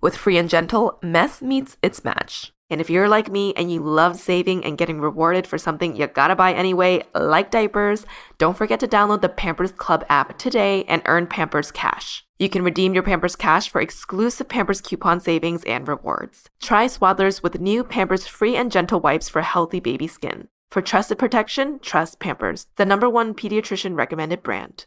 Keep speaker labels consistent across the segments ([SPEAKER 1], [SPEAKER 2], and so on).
[SPEAKER 1] With Free and Gentle, mess meets its match. And if you're like me and you love saving and getting rewarded for something you gotta buy anyway, like diapers, don't forget to download the Pampers Club app today and earn Pampers Cash. You can redeem your Pampers Cash for exclusive Pampers coupon savings and rewards. Try Swaddlers with new Pampers Free and Gentle wipes for healthy baby skin. For trusted protection, trust Pampers, the number one pediatrician recommended brand.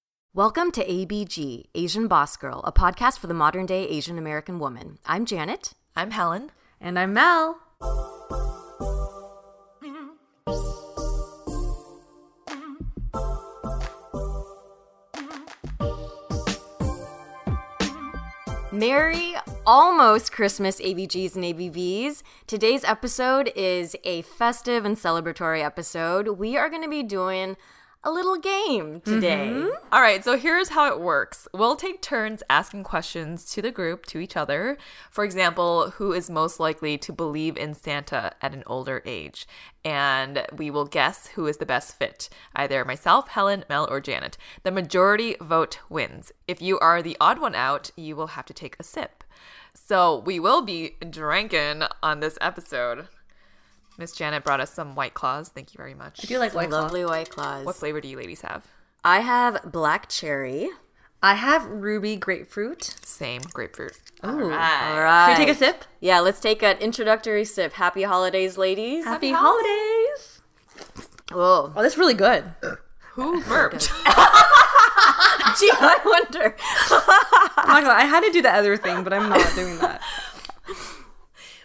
[SPEAKER 2] Welcome to ABG, Asian Boss Girl, a podcast for the modern day Asian American woman. I'm Janet.
[SPEAKER 3] I'm Helen.
[SPEAKER 4] And I'm Mel.
[SPEAKER 2] Merry almost Christmas ABGs and ABVs. Today's episode is a festive and celebratory episode. We are going to be doing a little game today. Mm-hmm.
[SPEAKER 3] All right, so here's how it works. We'll take turns asking questions to the group, to each other. For example, who is most likely to believe in Santa at an older age? And we will guess who is the best fit either myself, Helen, Mel, or Janet. The majority vote wins. If you are the odd one out, you will have to take a sip. So we will be drinking on this episode. Miss Janet brought us some White Claws. Thank you very much.
[SPEAKER 4] I do like
[SPEAKER 2] Some
[SPEAKER 4] White Claw.
[SPEAKER 2] Lovely white claws.
[SPEAKER 3] What flavor do you ladies have?
[SPEAKER 2] I have black cherry.
[SPEAKER 4] I have ruby grapefruit.
[SPEAKER 3] Same grapefruit.
[SPEAKER 4] Ooh.
[SPEAKER 2] All right.
[SPEAKER 4] Should we take a sip?
[SPEAKER 2] Yeah, let's take an introductory sip. Happy holidays, ladies.
[SPEAKER 4] Happy holidays.
[SPEAKER 2] Whoa.
[SPEAKER 4] Oh, that's really good.
[SPEAKER 3] Who burped?
[SPEAKER 4] Gee, I wonder. I'm not gonna lie, I had to do the other thing, but I'm not doing that.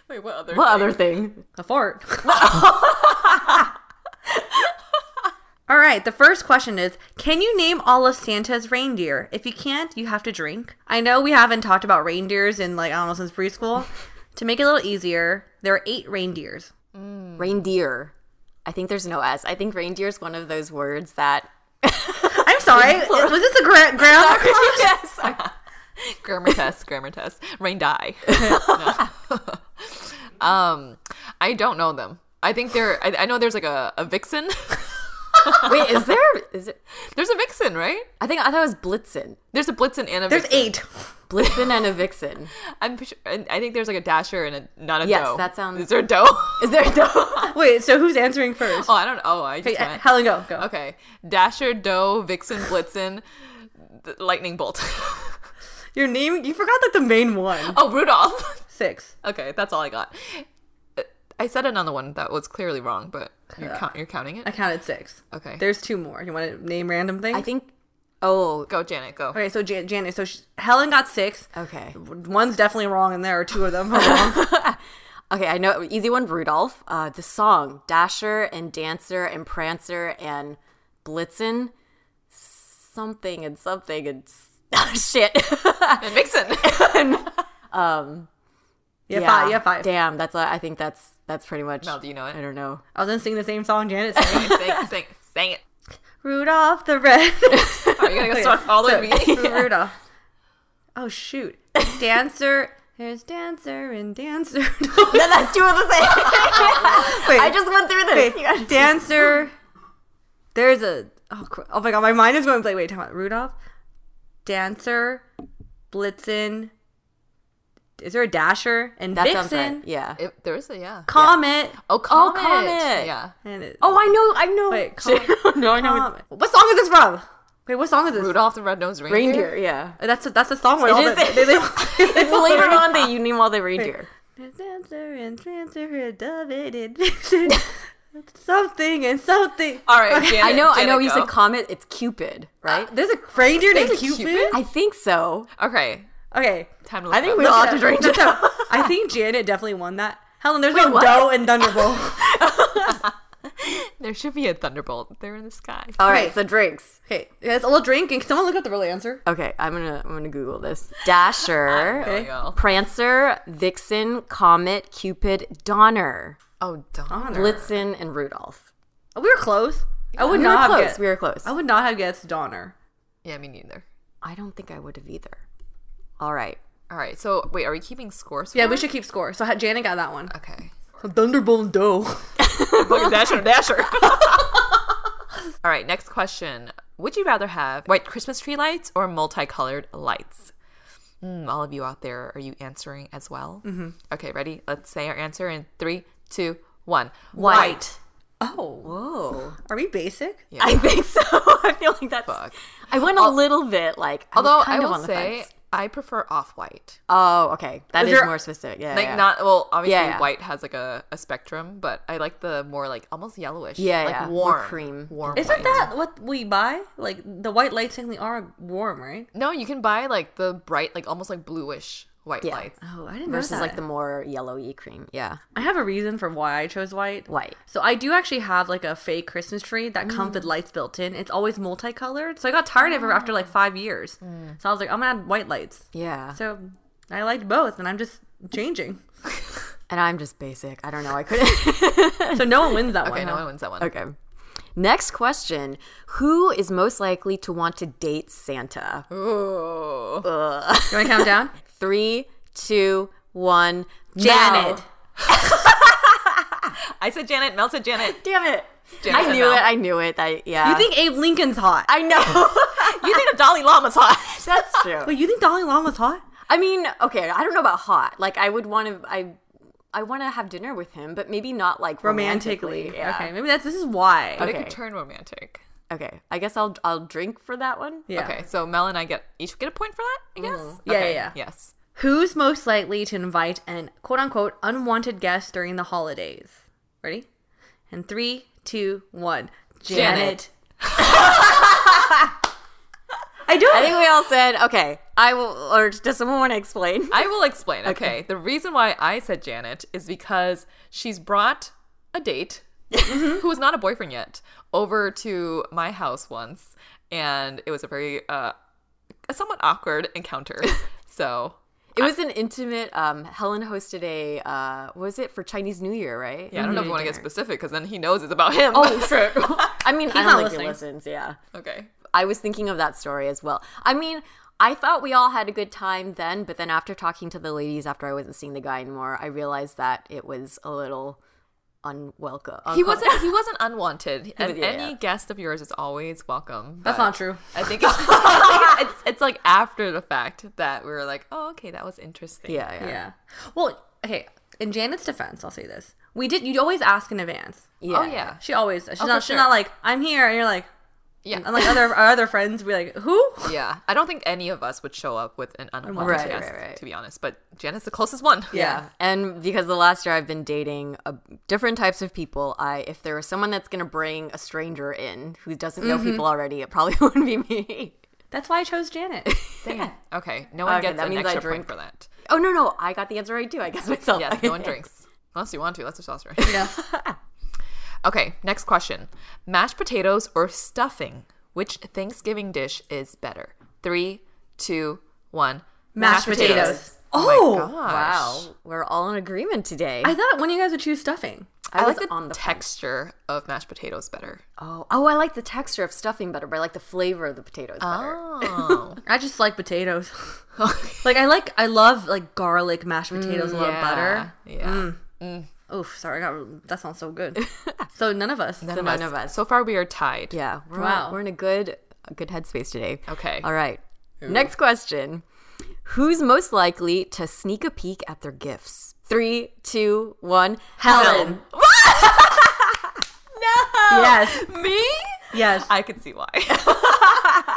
[SPEAKER 3] Wait, what other?
[SPEAKER 1] What other thing?
[SPEAKER 4] A fart. all right, the first question is Can you name all of Santa's reindeer? If you can't, you have to drink. I know we haven't talked about reindeers in like, I don't know, since preschool. to make it a little easier, there are eight reindeers.
[SPEAKER 2] Reindeer. I think there's no S. I think reindeer is one of those words that.
[SPEAKER 4] I'm sorry. was this a gra- grammar class?
[SPEAKER 2] yes.
[SPEAKER 3] grammar test, grammar test. Rain die. No. um, I don't know them. I think there. I, I know there's like a, a vixen.
[SPEAKER 2] Wait, is there? Is it?
[SPEAKER 3] there's a vixen, right?
[SPEAKER 2] I think I thought it was Blitzen.
[SPEAKER 3] There's a blitzen and a
[SPEAKER 4] There's
[SPEAKER 3] vixen.
[SPEAKER 4] eight.
[SPEAKER 2] Blitzen and a Vixen.
[SPEAKER 3] I'm pretty sure, and I think there's like a dasher and a not a
[SPEAKER 2] Yes,
[SPEAKER 3] doe.
[SPEAKER 2] that sounds-
[SPEAKER 3] Is there a doe?
[SPEAKER 2] Is there no?
[SPEAKER 4] Wait, so who's answering first?
[SPEAKER 3] oh, I don't. Oh, I just
[SPEAKER 4] Hey, uh,
[SPEAKER 3] went.
[SPEAKER 4] Helen, go, go.
[SPEAKER 3] Okay, dasher, doe, vixen, blitzen, th- lightning bolt.
[SPEAKER 4] Your name, you forgot like the main one.
[SPEAKER 3] oh, Rudolph.
[SPEAKER 4] Six.
[SPEAKER 3] Okay, that's all I got. Uh, I said another one that was clearly wrong, but you're, count- you're counting
[SPEAKER 4] I
[SPEAKER 3] it?
[SPEAKER 4] counted six.
[SPEAKER 3] Okay.
[SPEAKER 4] There's two more. You want to name random things?
[SPEAKER 2] I think. Oh,
[SPEAKER 3] Go, Janet, go.
[SPEAKER 4] Okay, so Jan- Janet, so she- Helen got six.
[SPEAKER 2] okay.
[SPEAKER 4] One's definitely wrong, and there are two of them are wrong.
[SPEAKER 2] Okay, I know. Easy one, Rudolph. Uh, the song Dasher and Dancer and Prancer and Blitzen. Something and something and. s- shit.
[SPEAKER 3] And vixen.
[SPEAKER 4] Yeah, five. Yeah, five.
[SPEAKER 2] Damn, that's I think that's that's pretty much.
[SPEAKER 3] Mel, do you know it?
[SPEAKER 2] I don't know.
[SPEAKER 4] I was gonna sing the same song Janet sang.
[SPEAKER 3] Sing, sing, sing, sing it.
[SPEAKER 4] Rudolph the red.
[SPEAKER 3] Are you gonna go start all the way? at the beginning?
[SPEAKER 4] Rudolph. Oh shoot, dancer. There's dancer and dancer.
[SPEAKER 2] No, that's two of the same.
[SPEAKER 4] Wait,
[SPEAKER 2] I just went through this. You
[SPEAKER 4] wait,
[SPEAKER 2] guys-
[SPEAKER 4] dancer. There's a. Oh, cr- oh my god, my mind is going blank. Wait, time out. Rudolph, dancer, Blitzen. Is there a dasher and
[SPEAKER 2] That sounds
[SPEAKER 4] Vixen?
[SPEAKER 2] right. Yeah.
[SPEAKER 3] It- there is a yeah.
[SPEAKER 4] Comet.
[SPEAKER 3] Oh,
[SPEAKER 2] Oh,
[SPEAKER 3] comet.
[SPEAKER 2] Comet.
[SPEAKER 3] Yeah.
[SPEAKER 4] And it,
[SPEAKER 2] Oh, I know. I know.
[SPEAKER 4] Wait,
[SPEAKER 2] Shit.
[SPEAKER 4] Comet.
[SPEAKER 2] no, I know.
[SPEAKER 4] Comet. What song is this from? Wait, what song is this?
[SPEAKER 3] Rudolph the Red-Nosed Reindeer.
[SPEAKER 2] Reindeer, yeah.
[SPEAKER 4] That's a, that's a song where all
[SPEAKER 2] is.
[SPEAKER 4] the, they, they,
[SPEAKER 2] It's later on that you name all the reindeer.
[SPEAKER 4] Dancer and dancer and dove it in. something and something.
[SPEAKER 3] All right,
[SPEAKER 2] I know, I know. You
[SPEAKER 3] Janet,
[SPEAKER 2] said
[SPEAKER 3] go.
[SPEAKER 2] comet. It's Cupid, right?
[SPEAKER 4] There's a reindeer named
[SPEAKER 3] a
[SPEAKER 4] Cupid.
[SPEAKER 3] Cupid?
[SPEAKER 2] I think so.
[SPEAKER 3] Okay,
[SPEAKER 4] Okay,
[SPEAKER 3] time to. Look I
[SPEAKER 2] think
[SPEAKER 3] think
[SPEAKER 2] we-
[SPEAKER 3] we.
[SPEAKER 2] We'll
[SPEAKER 4] No,
[SPEAKER 2] have to drink
[SPEAKER 4] no,
[SPEAKER 2] it.
[SPEAKER 4] no. I think Janet definitely won that. Helen, there's no
[SPEAKER 2] what?
[SPEAKER 4] dough and Thunderbolt.
[SPEAKER 3] There should be a thunderbolt. They're in the sky.
[SPEAKER 2] All right,
[SPEAKER 4] Okay.
[SPEAKER 2] so drinks.
[SPEAKER 4] okay, it's a little drink. And can someone look up the real answer?
[SPEAKER 2] Okay, I'm gonna I'm gonna Google this. Dasher,
[SPEAKER 3] Oh, y'all.
[SPEAKER 2] Prancer, Vixen, Comet, Cupid, Donner,
[SPEAKER 3] Oh, don't.
[SPEAKER 2] Blitzen, and Rudolph.
[SPEAKER 4] Oh, we were close. I would
[SPEAKER 2] we were
[SPEAKER 4] not
[SPEAKER 2] close.
[SPEAKER 4] have guessed.
[SPEAKER 2] We were close.
[SPEAKER 4] I would not have guessed Donner.
[SPEAKER 3] Yeah, me neither.
[SPEAKER 2] I don't think I would have either. All right.
[SPEAKER 3] All right, so wait, are we keeping scores?
[SPEAKER 4] Yeah, we should keep score. So ha- Janet got that one.
[SPEAKER 3] Okay.
[SPEAKER 4] Thunderbolt and dough.
[SPEAKER 3] Look at Dasher, Dasher. All right, next question. Would you rather have white Christmas tree lights or multicolored lights? Mm, all of you out there, are you answering as well? Mm-hmm. Okay, ready? Let's say our answer in three, two, one.
[SPEAKER 2] White.
[SPEAKER 4] Oh,
[SPEAKER 2] Whoa.
[SPEAKER 4] are we basic?
[SPEAKER 2] I think so. I feel like that's.
[SPEAKER 3] Fuck.
[SPEAKER 2] I went a little bit like. I
[SPEAKER 3] Although
[SPEAKER 2] was
[SPEAKER 3] I
[SPEAKER 2] kind of
[SPEAKER 3] will
[SPEAKER 2] on the
[SPEAKER 3] say,
[SPEAKER 2] fence.
[SPEAKER 3] I prefer off white.
[SPEAKER 2] Oh, okay. That is
[SPEAKER 4] there-
[SPEAKER 2] more specific. Yeah.
[SPEAKER 3] Like
[SPEAKER 2] yeah.
[SPEAKER 3] not well, obviously
[SPEAKER 2] Yeah, yeah.
[SPEAKER 3] white has like a, a spectrum, but I like the more like almost yellowish,
[SPEAKER 2] Yeah,
[SPEAKER 3] like
[SPEAKER 2] yeah. More
[SPEAKER 3] warm
[SPEAKER 2] cream.
[SPEAKER 3] warm.
[SPEAKER 4] Isn't
[SPEAKER 3] white.
[SPEAKER 4] that what we buy? Like the white lights technically are warm, right?
[SPEAKER 3] No, you can buy like the bright, like almost like bluish white
[SPEAKER 2] Yeah. Uh-huh.
[SPEAKER 3] lights.
[SPEAKER 4] Oh, I didn't
[SPEAKER 2] versus
[SPEAKER 4] know that.
[SPEAKER 2] like the more yellowy cream. Yeah.
[SPEAKER 4] I have a reason for why I chose white.
[SPEAKER 2] White. Mm.
[SPEAKER 4] So I do actually have like a fake Christmas tree that comes with lights built in. It's always multicolored. So I got tired of it after like five years. So I was like, I'm gonna add white lights.
[SPEAKER 2] Mm. Yeah.
[SPEAKER 4] So I liked both, and I'm just changing.
[SPEAKER 2] and I'm just basic. I don't know. I couldn't.
[SPEAKER 4] So no one wins that
[SPEAKER 3] Okay,
[SPEAKER 4] one.
[SPEAKER 3] no
[SPEAKER 4] huh?
[SPEAKER 3] one wins that one.
[SPEAKER 2] okay. Next question Who is most likely to want to date Santa?
[SPEAKER 3] Ooh.
[SPEAKER 4] You want to count down?
[SPEAKER 2] Three, two, one.
[SPEAKER 4] Janet.
[SPEAKER 2] Mel.
[SPEAKER 3] I said Janet. Mel said Janet.
[SPEAKER 2] Damn it.
[SPEAKER 3] Janet
[SPEAKER 2] I
[SPEAKER 3] said
[SPEAKER 2] knew
[SPEAKER 3] Mel.
[SPEAKER 2] it. I knew it. I, yeah.
[SPEAKER 4] You think Abe Lincoln's hot?
[SPEAKER 2] Uh, I know.
[SPEAKER 3] You think the Dalai Lama's hot?
[SPEAKER 2] That's true.
[SPEAKER 4] Wait, you think Dalai Lama's hot?
[SPEAKER 2] I mean, okay, I don't know about hot. Like, I would want to, I, I want to have dinner with him, but maybe not like romantically.
[SPEAKER 4] Romantically.
[SPEAKER 2] Yeah.
[SPEAKER 4] Okay, maybe that's this is why.
[SPEAKER 3] But it
[SPEAKER 2] Okay.
[SPEAKER 3] could turn romantic.
[SPEAKER 2] Okay. I guess I'll, I'll drink for that one.
[SPEAKER 4] Yeah.
[SPEAKER 3] Okay, so Mel and I get each get a point for that. I guess.
[SPEAKER 4] Yeah,
[SPEAKER 3] Okay,
[SPEAKER 4] yeah, yeah.
[SPEAKER 3] Yes.
[SPEAKER 4] Who's most likely to invite an quote unquote unwanted guest during the holidays? Ready? And three, two, one. Janet.
[SPEAKER 3] Janet.
[SPEAKER 4] I do.
[SPEAKER 2] I think we all said, okay, I will, or does someone want to explain?
[SPEAKER 3] I will explain. Okay. The reason why I said Janet is because she's brought a date who is not a boyfriend yet over to my house once, and it was a very uh, a somewhat awkward encounter. so
[SPEAKER 2] It was an intimate, um, Helen hosted a, uh, what was it for Chinese New Year, right?
[SPEAKER 3] yeah, I don't know if you want to get specific because then he knows it's about him.
[SPEAKER 2] Oh, sure. I mean, I
[SPEAKER 4] not
[SPEAKER 2] don't think
[SPEAKER 4] listening.
[SPEAKER 2] he listens, yeah.
[SPEAKER 3] okay.
[SPEAKER 2] I was thinking of that story as well. I mean, I thought we all had a good time then, but then after talking to the ladies, after I wasn't seeing the guy anymore, I realized that it was a little unwelcome.
[SPEAKER 3] He wasn't. He wasn't unwanted. And
[SPEAKER 2] yeah,
[SPEAKER 3] any
[SPEAKER 2] yeah.
[SPEAKER 3] guest of yours is always welcome.
[SPEAKER 4] That's
[SPEAKER 3] but-
[SPEAKER 4] not true.
[SPEAKER 3] I think it's, I think it's, it's like after the fact that we were like, oh, okay, that was interesting.
[SPEAKER 2] Yeah, yeah.
[SPEAKER 4] Yeah. Well, okay. In Janet's defense, I'll say this: we did. You always ask in advance.
[SPEAKER 2] Yeah.
[SPEAKER 3] Oh, yeah.
[SPEAKER 4] She always. She's
[SPEAKER 3] for
[SPEAKER 4] not.
[SPEAKER 3] sure.
[SPEAKER 4] She's not like I'm here, and you're like.
[SPEAKER 3] Yeah.
[SPEAKER 4] Unlike other our other friends, we like who?
[SPEAKER 3] Yeah. I don't think any of us would show up with an unwanted
[SPEAKER 2] Right,
[SPEAKER 3] guest,
[SPEAKER 2] right, right.
[SPEAKER 3] to be honest. But Janet's the closest one.
[SPEAKER 2] Yeah. And because the last year I've been dating uh different types of people, I if there was someone that's going to bring a stranger in who doesn't know
[SPEAKER 3] Mm-hmm.
[SPEAKER 2] people already, it probably wouldn't be me.
[SPEAKER 4] That's why I chose Janet.
[SPEAKER 3] Okay. No one
[SPEAKER 2] Okay,
[SPEAKER 3] gets
[SPEAKER 2] that
[SPEAKER 3] an
[SPEAKER 2] means I
[SPEAKER 3] extra
[SPEAKER 2] drink.
[SPEAKER 3] point for that.
[SPEAKER 2] Oh no, no, I got the answer right too. I guess myself.
[SPEAKER 3] Yes. No one drinks. Unless you want to. That's a sauce right.
[SPEAKER 4] yeah.
[SPEAKER 3] Okay. Next question Mashed potatoes or stuffing? Which Thanksgiving dish is better? Three, two, one.
[SPEAKER 4] Mashed potatoes. Oh,
[SPEAKER 3] Wow.
[SPEAKER 2] Wow, we're all in agreement today.
[SPEAKER 4] I thought one of you guys would choose stuffing.
[SPEAKER 2] I
[SPEAKER 3] I
[SPEAKER 2] was
[SPEAKER 3] like the,
[SPEAKER 2] on the
[SPEAKER 3] texture of mashed potatoes better.
[SPEAKER 2] Oh, oh, I like the texture of stuffing better, but I like the flavor of the potatoes better.
[SPEAKER 3] Oh.
[SPEAKER 4] I just like potatoes. like I like I love like garlic mashed potatoes with a little butter. Mm.
[SPEAKER 3] Yeah.
[SPEAKER 4] Oof, sorry, I got, that sounds so good. so none of us.
[SPEAKER 3] None,
[SPEAKER 2] none
[SPEAKER 3] of
[SPEAKER 2] of
[SPEAKER 3] us. So far, we are tied.
[SPEAKER 2] Yeah, we're
[SPEAKER 4] Wow.
[SPEAKER 2] we're in a good a good headspace today.
[SPEAKER 3] Okay.
[SPEAKER 2] All right. Next question: Who's most likely to sneak a peek at their gifts? Three, two, one. Helen.
[SPEAKER 4] Yes.
[SPEAKER 3] Me?
[SPEAKER 4] Yes.
[SPEAKER 3] I could see why.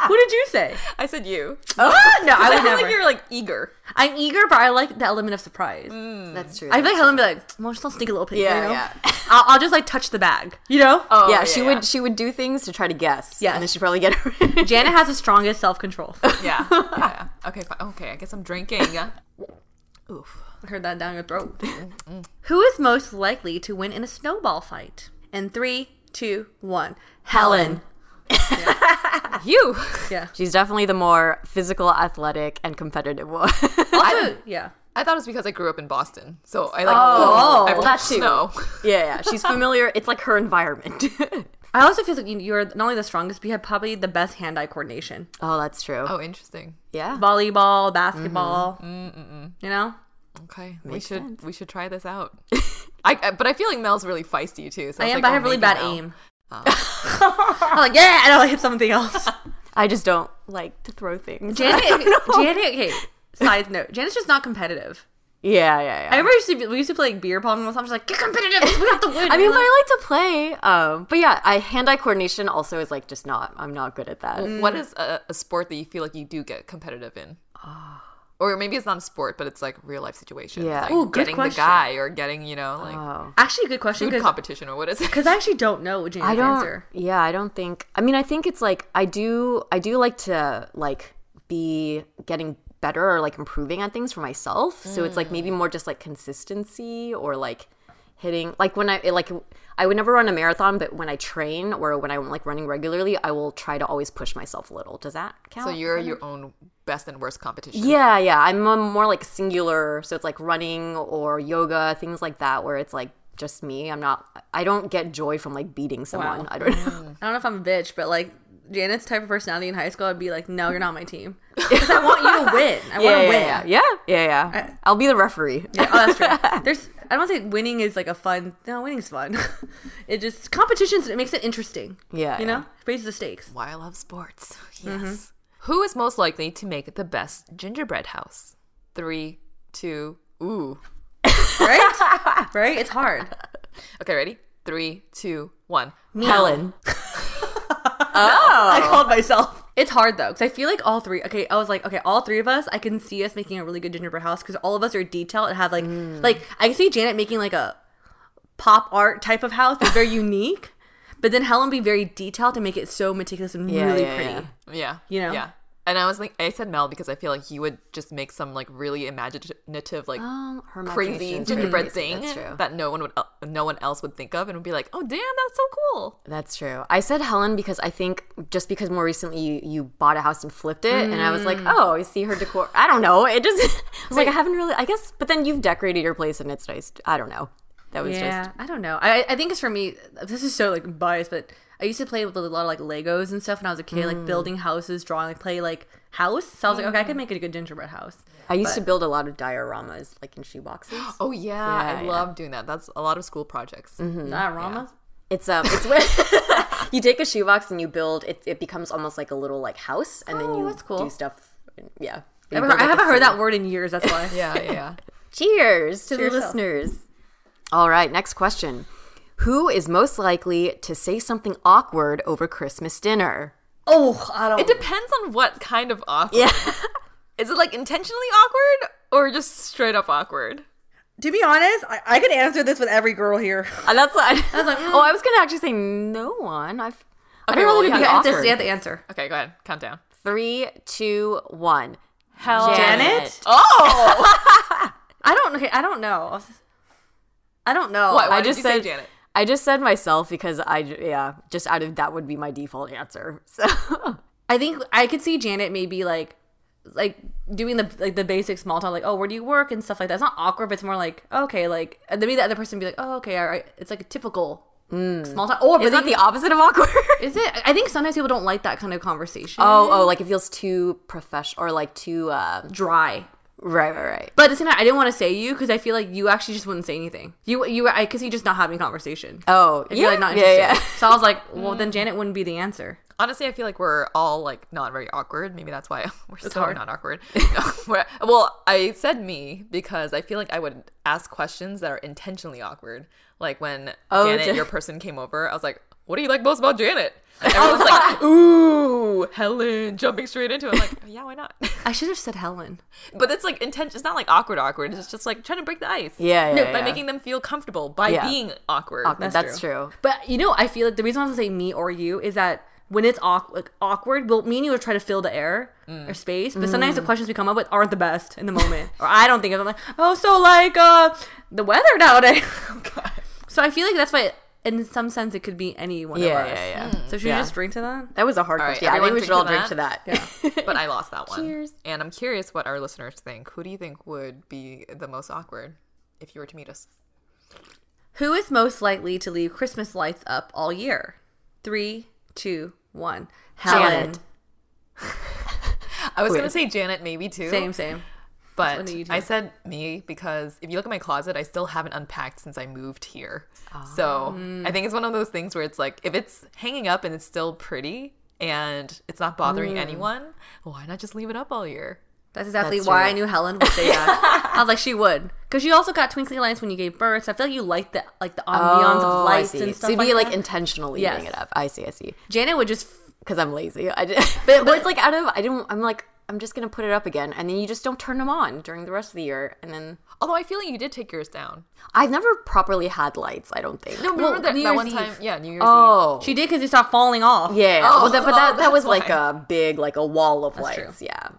[SPEAKER 4] Who did you say?
[SPEAKER 3] I said you.
[SPEAKER 4] Ah, no, I
[SPEAKER 3] I
[SPEAKER 4] would
[SPEAKER 3] feel
[SPEAKER 4] never.
[SPEAKER 3] like you're like eager.
[SPEAKER 4] I'm eager, but I like the element of surprise.
[SPEAKER 2] That's true.
[SPEAKER 4] I feel like Helen would be like, well, just I'll sneak a little peek.
[SPEAKER 2] Yeah,
[SPEAKER 4] you know?
[SPEAKER 2] yeah.
[SPEAKER 4] I'll, I'll just like touch the bag, you know?
[SPEAKER 3] Oh,
[SPEAKER 2] yeah, she would she would do things to try to guess.
[SPEAKER 4] Yes.
[SPEAKER 2] and then she'd probably get it.
[SPEAKER 4] Janet has the strongest self control. I
[SPEAKER 3] Yeah. yeah, yeah. Okay. Fine. Okay. I guess I'm drinking. Oof.
[SPEAKER 4] heard that down your throat. Who is most likely to win in a snowball fight? In three, two, one. Helen.
[SPEAKER 3] You.
[SPEAKER 4] Yeah.
[SPEAKER 2] She's definitely the more physical, athletic, and competitive one.
[SPEAKER 4] Also, yeah.
[SPEAKER 3] I thought it was because I grew up in Boston, so I like.
[SPEAKER 2] Oh,
[SPEAKER 3] I love
[SPEAKER 2] that too.
[SPEAKER 3] Snow.
[SPEAKER 2] yeah, yeah, she's familiar. It's like her environment.
[SPEAKER 4] I also feel like you- you're not only the strongest, but you have probably the best hand eye coordination.
[SPEAKER 2] oh, that's true.
[SPEAKER 3] Oh, interesting.
[SPEAKER 2] Yeah,
[SPEAKER 4] Volleyball, basketball,
[SPEAKER 2] Mm-hmm.
[SPEAKER 4] you know?
[SPEAKER 3] Okay, we should we should try this out. I, I but I feel like Mel's really feisty too. So
[SPEAKER 4] I
[SPEAKER 3] was
[SPEAKER 4] am,
[SPEAKER 3] like,
[SPEAKER 4] but I
[SPEAKER 3] oh,
[SPEAKER 4] have really
[SPEAKER 3] maybe
[SPEAKER 4] bad
[SPEAKER 3] Mel.
[SPEAKER 4] aim.
[SPEAKER 2] Oh.
[SPEAKER 4] I'm like, yeah, and I'll hit something else.
[SPEAKER 2] I just don't like to throw things.
[SPEAKER 4] Janet,
[SPEAKER 2] I don't know.
[SPEAKER 4] Janet, okay. Side note, Janet's just not competitive.
[SPEAKER 2] yeah, yeah,
[SPEAKER 4] I
[SPEAKER 2] yeah.
[SPEAKER 4] remember used to be, we used to play like beer pong and I'm just like, get competitive, we have to win.
[SPEAKER 2] I mean, but I like to play. Um, but yeah, I hand-eye coordination also is like just not. I'm not good at that.
[SPEAKER 4] Mm.
[SPEAKER 3] What is a, a sport that you feel like you do get competitive in?
[SPEAKER 4] Ah.
[SPEAKER 3] Or maybe it's not a sport, but it's like real life situation.
[SPEAKER 2] Yeah.
[SPEAKER 3] like
[SPEAKER 4] Ooh, good
[SPEAKER 3] getting
[SPEAKER 4] question.
[SPEAKER 3] the guy or getting you know like
[SPEAKER 2] Oh.
[SPEAKER 4] actually, good question
[SPEAKER 3] food
[SPEAKER 4] because
[SPEAKER 3] competition or what is it?
[SPEAKER 4] because I actually don't know Janet's
[SPEAKER 2] I don't.
[SPEAKER 4] answer.
[SPEAKER 2] Yeah, I don't think. I mean, I think it's like I do. I do like to like be getting better or like improving on things for myself. So it's like maybe more just like consistency or like hitting. Like when I it, like I would never run a marathon, but when I train or when I'm like running regularly, I will try to always push myself a little. Does that count?
[SPEAKER 3] So you're your own best and worst competition.
[SPEAKER 2] Yeah, yeah. I'm a more like singular. So it's like running or yoga, things like that, where it's like just me. I'm not. I don't get joy from like beating someone. I don't know.
[SPEAKER 4] I don't know if I'm a bitch, but like Janet's type of personality in high school, I'd be like, no, you're not my team because I want you to win. I want to win.
[SPEAKER 2] yeah, yeah, yeah, yeah. yeah. I'll be the referee.
[SPEAKER 4] Oh, that's true. There's I don't think winning is like a fun. No, winning's fun. it just competitions. It makes it interesting.
[SPEAKER 2] Yeah,
[SPEAKER 4] you
[SPEAKER 2] yeah.
[SPEAKER 4] know, raises the stakes.
[SPEAKER 3] Why I love sports. Yes. Who is most likely to make the best gingerbread house? Three, two, ooh.
[SPEAKER 4] Right, right. It's hard.
[SPEAKER 3] Okay, ready? Three, two, one.
[SPEAKER 2] Helen. Oh.
[SPEAKER 4] I called myself. It's hard though, because I feel like all three. Okay, I was like, okay, all three of us. I can see us making a really good gingerbread house because all of us are detailed and have like,
[SPEAKER 2] Mm.
[SPEAKER 4] like I can see Janet making like a pop art type of house that's very unique. But then Helen be very detailed to make it so meticulous and
[SPEAKER 2] Yeah,
[SPEAKER 4] really
[SPEAKER 2] yeah,
[SPEAKER 4] pretty.
[SPEAKER 2] yeah.
[SPEAKER 3] Yeah.
[SPEAKER 4] You know?
[SPEAKER 3] Yeah. And I was like, I said Mel because I feel like he would just make some like really imaginative, like
[SPEAKER 2] Um, her
[SPEAKER 3] crazy
[SPEAKER 2] imagination's crazy.
[SPEAKER 3] gingerbread thing
[SPEAKER 2] That's true.
[SPEAKER 3] that no one would, el- no one else would think of, and would be like, oh damn, that's so cool.
[SPEAKER 2] That's true. I said Helen because I think just because more recently you, you bought a house and flipped it, and I was like,
[SPEAKER 4] Mm.
[SPEAKER 2] oh, I see her decor. I don't know. It just I was like I haven't really. I guess, but then you've decorated your place and it's nice. I don't know. That was
[SPEAKER 4] Yeah,
[SPEAKER 2] just
[SPEAKER 4] I don't know. I I think it's for me. This is so like biased, but I used to play with a lot of like Legos and stuff when I was a kid, like building houses, drawing, like play like house. So I was like, okay, I could make it a good gingerbread house.
[SPEAKER 2] I used to build a lot of dioramas like in shoeboxes.
[SPEAKER 3] Oh yeah, I
[SPEAKER 2] Yeah, yeah.
[SPEAKER 3] love doing that. That's a lot of school projects.
[SPEAKER 4] Not Rama.
[SPEAKER 2] It's um, it's where you take a shoebox and you build. It it becomes almost like a little like house, and then you
[SPEAKER 4] Oh, that's cool.
[SPEAKER 2] do stuff. Yeah.
[SPEAKER 4] I haven't, heard, I haven't heard that word in years. That's why.
[SPEAKER 3] Yeah, yeah, yeah.
[SPEAKER 2] Cheers to
[SPEAKER 4] Cheers
[SPEAKER 2] the
[SPEAKER 4] up.
[SPEAKER 2] listeners. All right, next question. Who is most likely to say something awkward over Christmas dinner?
[SPEAKER 4] Oh, I don't.
[SPEAKER 3] It depends on what kind of awkward.
[SPEAKER 2] Yeah.
[SPEAKER 3] Is it like intentionally awkward or just straight up awkward?
[SPEAKER 4] to be honest, I, I could answer this with every girl here.
[SPEAKER 2] And Uh, that's I, was like, oh, I was going to actually say no one. I've, I
[SPEAKER 3] Okay,
[SPEAKER 2] don't
[SPEAKER 3] well,
[SPEAKER 2] really
[SPEAKER 3] we
[SPEAKER 2] think
[SPEAKER 3] have
[SPEAKER 2] awkward.
[SPEAKER 3] to-
[SPEAKER 4] Just you have to answer.
[SPEAKER 3] Okay, go ahead. Count down.
[SPEAKER 2] Three, two, one.
[SPEAKER 3] Hell,
[SPEAKER 4] Janet.
[SPEAKER 3] Oh,
[SPEAKER 4] I don't. Okay, I don't know. I was- I don't know.
[SPEAKER 3] Why- why
[SPEAKER 2] I
[SPEAKER 3] did
[SPEAKER 2] just
[SPEAKER 3] you
[SPEAKER 2] said
[SPEAKER 3] say Janet.
[SPEAKER 2] I just said myself because I yeah, just out of that would be my default answer. So
[SPEAKER 4] I think I could see Janet maybe like like doing the like the basic small talk like oh where do you work and stuff like that. It's not awkward, but it's more like okay like and then maybe the other person would be like oh okay all right. It's like a typical small talk. Or but
[SPEAKER 2] is that
[SPEAKER 4] then,
[SPEAKER 2] Mm. the opposite of awkward?
[SPEAKER 4] is it? I think sometimes people don't like that kind of conversation.
[SPEAKER 2] oh, oh, like it feels too professional or like too uh,
[SPEAKER 4] dry.
[SPEAKER 2] right, right, right.
[SPEAKER 4] But at the same time, I didn't want to say you because I feel like you actually just wouldn't say anything. You you I could see you just not having conversation.
[SPEAKER 2] Oh,
[SPEAKER 4] If you're, like, not
[SPEAKER 2] yeah,
[SPEAKER 4] interested.
[SPEAKER 2] yeah.
[SPEAKER 4] So I was like, well, then Janet wouldn't be the answer.
[SPEAKER 3] Honestly, I feel like we're all like not very awkward. Maybe that's why we're so
[SPEAKER 4] hard.
[SPEAKER 3] not awkward. No, we're- well, I said me because I feel like I would ask questions that are intentionally awkward. Like when
[SPEAKER 2] Oh,
[SPEAKER 3] Janet,
[SPEAKER 2] Jan-
[SPEAKER 3] your person, came over, I was like, what do you like most about Janet? Everyone's like, ooh, Helen, jumping straight into it. I'm like, yeah, why not?
[SPEAKER 4] I should have said Helen.
[SPEAKER 3] But it's like intention. It's not like awkward, awkward. It's just like trying to break the ice.
[SPEAKER 2] Yeah, yeah,
[SPEAKER 3] by
[SPEAKER 2] yeah.
[SPEAKER 3] making them feel comfortable by
[SPEAKER 2] Yeah.
[SPEAKER 3] being awkward.
[SPEAKER 2] That's, true.
[SPEAKER 4] But you know, I feel like the reason I was to say me or you is that when it's awk- like, awkward, well, me and you would try to fill the air
[SPEAKER 2] Mm.
[SPEAKER 4] or space, but sometimes the questions we come up with aren't the best in the moment, or I don't think of them. Like, oh, so like uh, the weather nowadays.
[SPEAKER 2] Oh,
[SPEAKER 4] So I feel like that's why, in some sense, it could be any one
[SPEAKER 2] Yeah,
[SPEAKER 4] of us.
[SPEAKER 2] yeah, yeah.
[SPEAKER 4] So should
[SPEAKER 2] Yeah.
[SPEAKER 4] we just drink to that?
[SPEAKER 2] That was a hard
[SPEAKER 3] All right,
[SPEAKER 2] question. Yeah, I think we
[SPEAKER 3] everyone
[SPEAKER 2] should all drink to that.
[SPEAKER 3] But I lost that one. And I'm curious what our listeners think. Who do you think would be the most awkward if you were to meet us?
[SPEAKER 4] Who is most likely to leave Christmas lights up all year? Three, two, one. Helen.
[SPEAKER 2] Janet.
[SPEAKER 3] I was going to say Janet maybe too.
[SPEAKER 4] Same, same.
[SPEAKER 3] But
[SPEAKER 4] do you do?
[SPEAKER 3] I said me because if you look at my closet, I still haven't unpacked since I moved here. So
[SPEAKER 2] Ah.
[SPEAKER 3] I think it's one of those things where it's like if it's hanging up and it's still pretty and it's not
[SPEAKER 2] Hmm.
[SPEAKER 3] bothering anyone, why not just leave it up all year?
[SPEAKER 4] That's exactly why I knew Helen would say that. I was like, she would, because you also got twinkly lights when you gave birth. So I feel like you liked the like the ambiance
[SPEAKER 2] Oh,
[SPEAKER 4] of
[SPEAKER 2] I
[SPEAKER 4] lights
[SPEAKER 2] see.
[SPEAKER 4] and stuff.
[SPEAKER 2] so you
[SPEAKER 4] like,
[SPEAKER 2] like,
[SPEAKER 4] that.
[SPEAKER 2] intentionally
[SPEAKER 4] Yes.
[SPEAKER 2] eating it up. I see. I see.
[SPEAKER 4] Janet would just
[SPEAKER 2] Because I'm lazy. I did, but, but it's like out of I didn't. I'm like I'm just gonna put it up again, and then you just don't turn them on during the rest of the year, and then
[SPEAKER 3] Although I feel like you did take yours down.
[SPEAKER 2] I've never properly had lights. I don't think.
[SPEAKER 3] No, remember that,
[SPEAKER 4] New
[SPEAKER 3] that
[SPEAKER 4] Year's
[SPEAKER 3] one
[SPEAKER 4] Eve.
[SPEAKER 3] time? Yeah, New Year's Eve.
[SPEAKER 2] Oh.
[SPEAKER 4] she did because it stopped falling off.
[SPEAKER 2] yeah.
[SPEAKER 3] Oh,
[SPEAKER 2] well, that, but that,
[SPEAKER 3] oh,
[SPEAKER 2] that was
[SPEAKER 3] that's
[SPEAKER 2] like
[SPEAKER 3] why.
[SPEAKER 2] a big like a wall of lights. Yeah.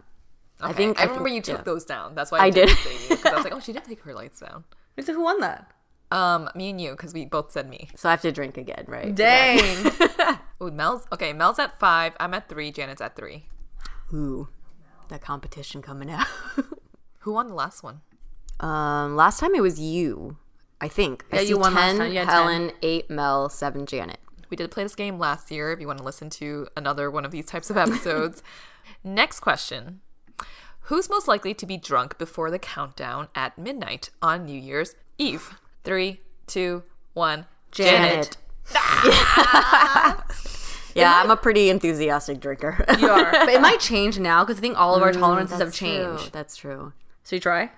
[SPEAKER 2] I
[SPEAKER 3] Okay,
[SPEAKER 2] think
[SPEAKER 3] I remember
[SPEAKER 2] think-
[SPEAKER 3] you took
[SPEAKER 2] yeah.
[SPEAKER 3] those down. That's why I,
[SPEAKER 2] I
[SPEAKER 3] did.
[SPEAKER 2] did.
[SPEAKER 3] Because I was like, oh, she did take her lights down.
[SPEAKER 4] So who won that?
[SPEAKER 3] Um, me and you, because we both said me.
[SPEAKER 2] So I have to drink again, right?
[SPEAKER 4] Dang.
[SPEAKER 3] Ooh, Mel's okay. Mel's at five. I'm at three. Janet's at three.
[SPEAKER 2] Ooh, the competition coming out.
[SPEAKER 3] Who won the last one?
[SPEAKER 2] um, last time it was you, I think. I
[SPEAKER 4] Yeah, you
[SPEAKER 2] see
[SPEAKER 4] won last
[SPEAKER 2] 10,
[SPEAKER 4] time. You had
[SPEAKER 2] Helen, eight, Mel, seven, Janet.
[SPEAKER 3] We did play this game last year if you want to listen to another one of these types of episodes. Next question Who's most likely to be drunk before the countdown at midnight on New Year's Eve? Three, two, one.
[SPEAKER 2] Janet. yeah, I'm a pretty enthusiastic drinker. Mm,
[SPEAKER 4] you are, but it might change now because I think all of our tolerances have
[SPEAKER 2] That's true.
[SPEAKER 4] changed.
[SPEAKER 2] That's true.
[SPEAKER 4] So you try.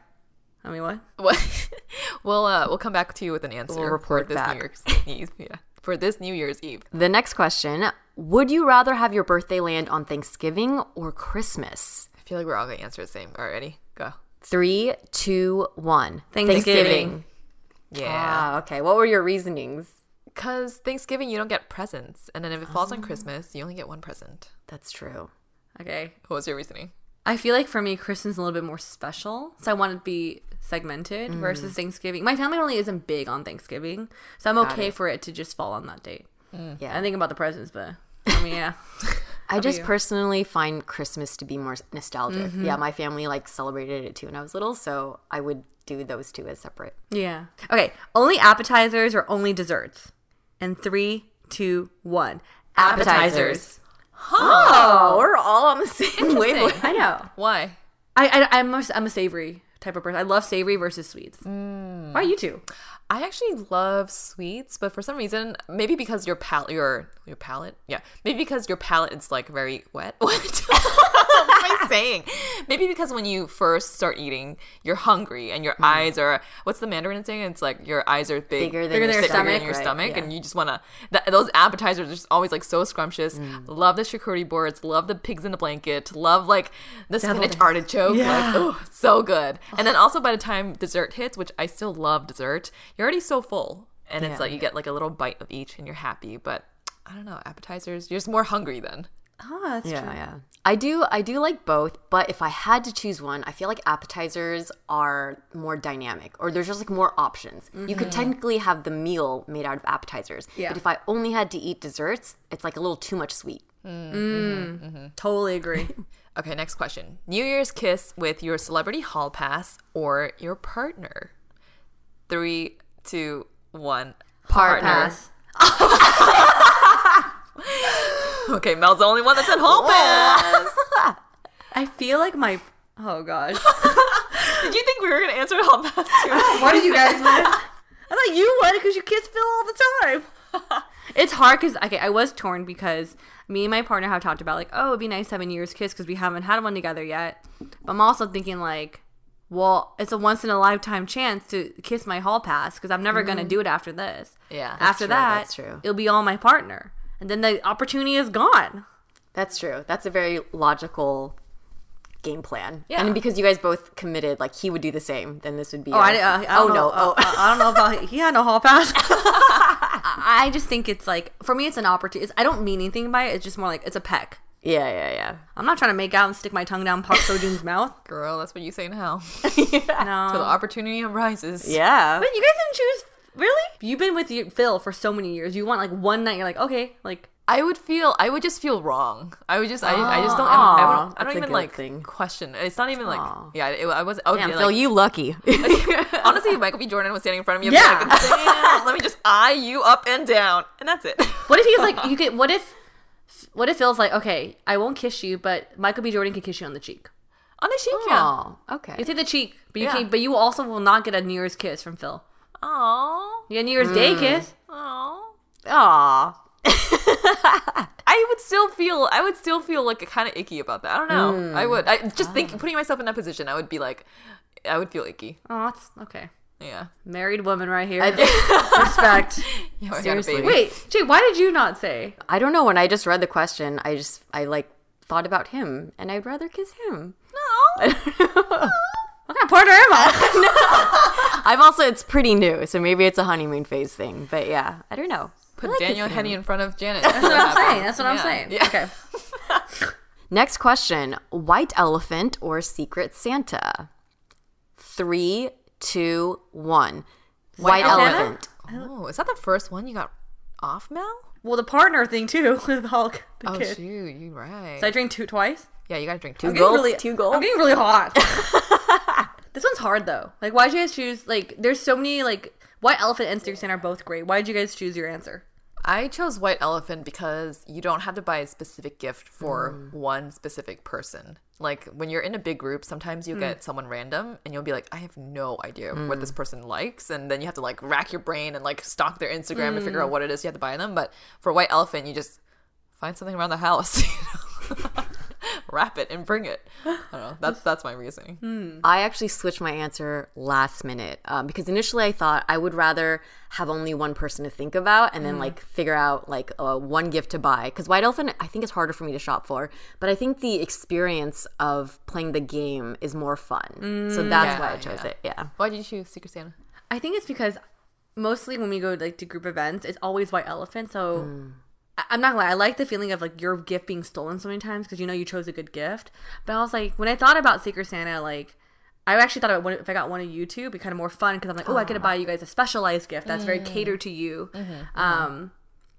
[SPEAKER 4] I mean, what?
[SPEAKER 3] What? we'll uh, we'll come back to you with an answer.
[SPEAKER 2] We'll
[SPEAKER 3] for
[SPEAKER 2] report
[SPEAKER 3] this
[SPEAKER 2] back.
[SPEAKER 3] New Year's Eve. Yeah. For this New Year's Eve.
[SPEAKER 2] The next question Would you rather have your birthday land on Thanksgiving or Christmas?
[SPEAKER 3] I feel like we're all gonna answer the same already. Go.
[SPEAKER 2] Three, two, one.
[SPEAKER 4] Thanksgiving.
[SPEAKER 3] Yeah.
[SPEAKER 2] Ah, okay. What were your reasonings?
[SPEAKER 3] Because Thanksgiving you don't get presents. And then if it falls on Christmas, you only get one present.
[SPEAKER 2] That's true.
[SPEAKER 4] Okay.
[SPEAKER 3] What was your reasoning?
[SPEAKER 4] I feel like for me, Christmas is a little bit more special, so I want to be segmented versus Thanksgiving. My family really isn't big on Thanksgiving, so I'm okay for it Mm. to just fall on that date.
[SPEAKER 2] Yeah.
[SPEAKER 4] I think about the presents, but I mean, yeah.
[SPEAKER 2] I just personally find Christmas to be more nostalgic.
[SPEAKER 4] Mm-hmm.
[SPEAKER 2] Yeah, my family like celebrated it too when I was little, so I would do those two as separate.
[SPEAKER 4] yeah. Okay. Only appetizers or only desserts? And three, two, one.
[SPEAKER 2] Appetizers. Oh, we're all on the same wavelength.
[SPEAKER 4] I know.
[SPEAKER 3] Why?
[SPEAKER 4] I, I I'm a, I'm a savory type of person. I love savory versus sweets. Why you two?
[SPEAKER 3] I actually love sweets, but for some reason, maybe because your palate, your your palate, yeah, maybe because your palate is like very wet. What, what am I saying? Maybe because when you first start eating, you're hungry and
[SPEAKER 2] Hmm.
[SPEAKER 3] your eyes are. What's the Mandarin saying? It's like your eyes are big,
[SPEAKER 2] Bigger than
[SPEAKER 4] Bigger
[SPEAKER 2] your
[SPEAKER 4] than your
[SPEAKER 2] stomach.
[SPEAKER 3] thicker than
[SPEAKER 4] stomach,
[SPEAKER 3] your
[SPEAKER 2] right,
[SPEAKER 3] stomach,
[SPEAKER 2] yeah.
[SPEAKER 3] and you just want to. Th- those appetizers are just always like so scrumptious. Love the charcuterie boards. Love the pigs in the blanket. Love like the spinach artichoke. Like, oh, so good. And then also by the time dessert hits, which I still love dessert, you're already so full, and it's like you get like a little bite of each, and you're happy. But I don't know, appetizers, you're just more hungry then.
[SPEAKER 2] Ah,
[SPEAKER 4] Oh, that's
[SPEAKER 2] Yeah, yeah. I do I do like both, but if I had to choose one, I feel like appetizers are more dynamic or there's just like more options. You could technically have the meal made out of appetizers.
[SPEAKER 4] Mm-hmm. Yeah.
[SPEAKER 2] But if I only had to eat desserts, it's like a little too much sweet.
[SPEAKER 4] Totally agree.
[SPEAKER 3] Okay, next question: New Year's kiss with your celebrity hall pass or your partner? Three, two, one.
[SPEAKER 2] Partner.
[SPEAKER 4] Pass.
[SPEAKER 3] Okay, Mel's the only one that's at home.
[SPEAKER 4] I feel like my oh gosh.
[SPEAKER 3] Did you think we were gonna answer all that? Too?
[SPEAKER 4] Why did you guys win? I thought you won because you kids Phil all the time. it's hard because okay, I was torn because me and my partner have talked about like, oh, it'd be nice to have a New Year's kiss because we haven't had one together yet. But I'm also thinking like, well, it's a once in a lifetime chance to kiss my hall pass because I'm never gonna do it after this.
[SPEAKER 2] Yeah, that's
[SPEAKER 4] after
[SPEAKER 2] true,
[SPEAKER 4] that,
[SPEAKER 2] that's true.
[SPEAKER 4] It'll be all my partner, and then the opportunity is gone.
[SPEAKER 2] That's true. That's a very logical game plan.
[SPEAKER 3] Yeah.
[SPEAKER 2] And because you guys both committed, like he would do the same, then this would be.
[SPEAKER 4] Oh, I, uh, I don't
[SPEAKER 2] oh
[SPEAKER 4] know.
[SPEAKER 2] no.
[SPEAKER 4] Uh,
[SPEAKER 2] Oh,
[SPEAKER 4] uh, I don't know about he had no hall pass. I I just think it's like for me, it's an opportunity. I don't mean anything by it. It's just more like it's a peck.
[SPEAKER 2] yeah, yeah, yeah.
[SPEAKER 4] I'm not trying to make out and stick my tongue down Park Sojun's mouth.
[SPEAKER 3] Girl, that's what you say now. Till the
[SPEAKER 4] No,
[SPEAKER 3] opportunity arises.
[SPEAKER 2] Yeah.
[SPEAKER 4] but you guys didn't choose. Really? You've been with you- Phil for so many years. You want like one night. You're like, okay, like
[SPEAKER 3] I would feel I would just feel wrong. I would just I, I just don't
[SPEAKER 2] Aw,
[SPEAKER 3] I, don't, I
[SPEAKER 2] that's
[SPEAKER 3] don't
[SPEAKER 2] a
[SPEAKER 3] even
[SPEAKER 2] good
[SPEAKER 3] like
[SPEAKER 2] thing.
[SPEAKER 3] question. It's not even like yeah. It, I was I would
[SPEAKER 2] Damn,
[SPEAKER 3] be
[SPEAKER 2] Phil,
[SPEAKER 3] like
[SPEAKER 2] you lucky.
[SPEAKER 3] honestly, if Michael B. Jordan was standing in front of me. I'd yeah, be like, Damn, let me just eye you up and down, and that's it.
[SPEAKER 4] What if he's like, you could, what if, what if Phil's like, okay, I won't kiss you, but Michael B. Jordan can kiss you on the cheek.
[SPEAKER 3] On the cheek, yeah.
[SPEAKER 2] oh, okay.
[SPEAKER 4] You take the cheek, but you
[SPEAKER 3] Yeah.
[SPEAKER 4] can, but you also will not get a New Year's kiss from Phil.
[SPEAKER 3] Aww,
[SPEAKER 4] You get a New Year's Day kiss.
[SPEAKER 3] aww.
[SPEAKER 2] Aw.
[SPEAKER 3] I would still feel I would still feel like kind of icky about that. I don't know.
[SPEAKER 2] Hmm.
[SPEAKER 3] I would. I just
[SPEAKER 2] Ah.
[SPEAKER 3] think putting myself in that position, I would be like, I would feel icky.
[SPEAKER 4] Oh, that's okay.
[SPEAKER 3] Yeah.
[SPEAKER 4] Married woman right here. Respect.
[SPEAKER 3] yeah I got a
[SPEAKER 2] Seriously.
[SPEAKER 3] baby.
[SPEAKER 4] Wait, Jay, why did you not say?
[SPEAKER 2] I don't know. When I just read the question, I just I like thought about him, and I'd rather kiss him.
[SPEAKER 3] No.
[SPEAKER 4] What kind of partner am I?
[SPEAKER 2] I've also it's pretty new, so maybe it's a honeymoon phase thing. But yeah, I don't know.
[SPEAKER 3] Put Daniel Henny in front of Janet.
[SPEAKER 4] That's what I'm saying. That's what I'm saying.
[SPEAKER 3] Yeah.
[SPEAKER 4] Okay.
[SPEAKER 2] Next question: White elephant or secret Santa? Three, two, one. White,
[SPEAKER 4] elephant?
[SPEAKER 2] elephant.
[SPEAKER 3] Oh, is that the first one you got off, Mel?
[SPEAKER 4] Well, the partner thing too with Hulk. The
[SPEAKER 3] Oh,
[SPEAKER 4] kid.
[SPEAKER 3] shoot, you right.
[SPEAKER 4] Did I drink two twice?
[SPEAKER 3] yeah, you gotta drink two.
[SPEAKER 4] I'm
[SPEAKER 3] gulps.
[SPEAKER 4] getting really,
[SPEAKER 2] two goals.
[SPEAKER 4] I'm getting really hot. this one's hard though. Like, why would you guys choose? Like, there's so many. Like, White Elephant and Sticks are both great. Why did you guys choose your answer?
[SPEAKER 3] I chose White Elephant because you don't have to buy a specific gift for one specific person. Like when you're in a big group, sometimes you get someone random and you'll be like, I have no idea what this person likes. And then you have to like rack your brain and like stalk their Instagram to figure out what it is you have to buy them. But for White Elephant, you just find something around the house, you know? wrap it and bring it. I don't know. That's that's my reasoning.
[SPEAKER 2] I actually switched my answer last minute um, because initially I thought I would rather have only one person to think about and then like figure out like uh, one gift to buy because White Elephant I think is harder for me to shop for, but I think the experience of playing the game is more fun, so that's why I chose it. Mm, Yeah,
[SPEAKER 3] Why did you choose Secret Santa?
[SPEAKER 4] I think it's because mostly when we go like to group events, it's always White Elephant. So I- I'm not gonna lie, I like the feeling of like your gift being stolen so many times because you know you chose a good gift. But I was like, when I thought about Secret Santa, like. I actually thought about what if I got one of you two, it'd be kind of more fun because I'm like, oh, I could buy you guys a specialized gift that's very catered to you. Um,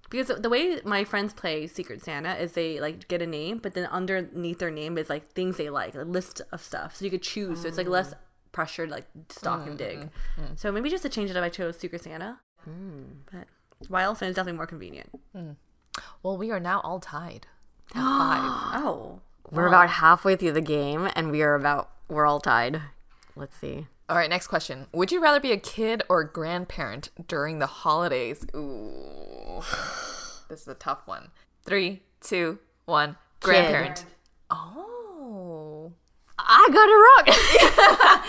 [SPEAKER 4] because the way my friends play Secret Santa is they like get a name, but then underneath their name is like things they like, a list of stuff. So you could choose. So it's like less pressure to like stalk and dig. So maybe just to change it up, I chose Secret Santa. But Wild Elephant is definitely more convenient.
[SPEAKER 3] Well, we are now all tied. At five.
[SPEAKER 4] Oh.
[SPEAKER 2] we're about halfway through the game and we are about we're all tied. Let's see.
[SPEAKER 3] All right, next question. Would you rather be a kid or a grandparent during the holidays? Ooh. This is a tough one. Three, two, one. Grandparent. Oh.
[SPEAKER 2] I got it wrong.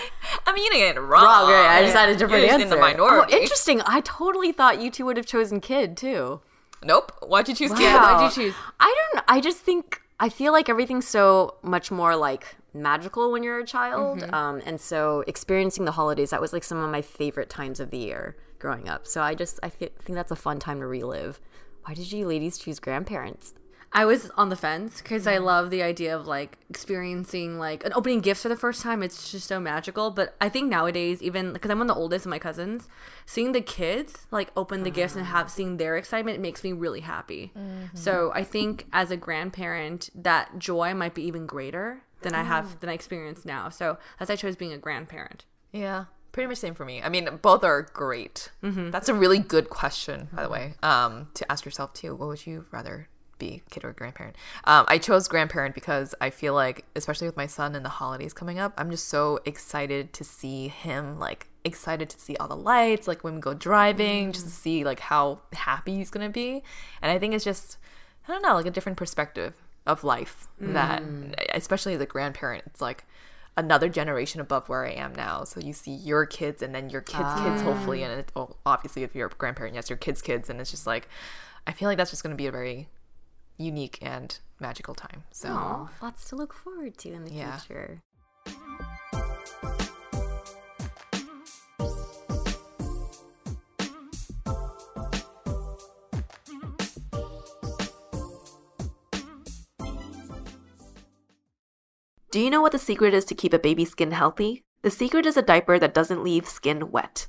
[SPEAKER 3] I mean, you didn't get it wrong.
[SPEAKER 2] wrong. Right? I just had a different
[SPEAKER 3] You're just
[SPEAKER 2] answer.
[SPEAKER 3] in the minority.
[SPEAKER 2] Oh, interesting. I totally thought you two would have chosen kid too.
[SPEAKER 3] Nope. Why'd you choose kid?
[SPEAKER 2] Wow.
[SPEAKER 4] Why'd you choose?
[SPEAKER 2] Oh. I don't. I just think I feel like everything's so much more like magical when you're a child,
[SPEAKER 4] Mm-hmm.
[SPEAKER 2] um, and so experiencing the holidays that was like some of my favorite times of the year growing up. So I just I thi- think that's a fun time to relive. Why did you ladies choose grandparents?
[SPEAKER 4] I was on the fence because I love the idea of like experiencing like an opening gifts for the first time. It's just so magical. But I think nowadays, even because I'm one of the oldest of my cousins, seeing the kids like open the gifts and have seeing their excitement makes me really happy. So I think as a grandparent, that joy might be even greater than I have than I experience now. So that's why I chose being a grandparent.
[SPEAKER 3] Yeah, pretty much same for me. I mean, both are great. That's a really good question, by the way, um, to ask yourself too. What would you rather be, kid or grandparent? Um, I chose grandparent because I feel like, especially with my son and the holidays coming up, I'm just so excited to see him like excited to see all the lights like when we go driving just to see like how happy he's gonna be and i think it's just i Mm. don't know like a different perspective of life that especially as a grandparent it's like another generation above where I am now. So you see your kids and then your kids' kids, hopefully, and it, well, obviously if you're a grandparent, yes, your kids' kids, and it's just like, I feel like that's just going to be a very unique and magical time. So
[SPEAKER 2] Lots to look forward to in the
[SPEAKER 3] Yeah.
[SPEAKER 2] future.
[SPEAKER 1] Do you know what the secret is to keep a baby's skin healthy? The secret is a diaper that doesn't leave skin wet.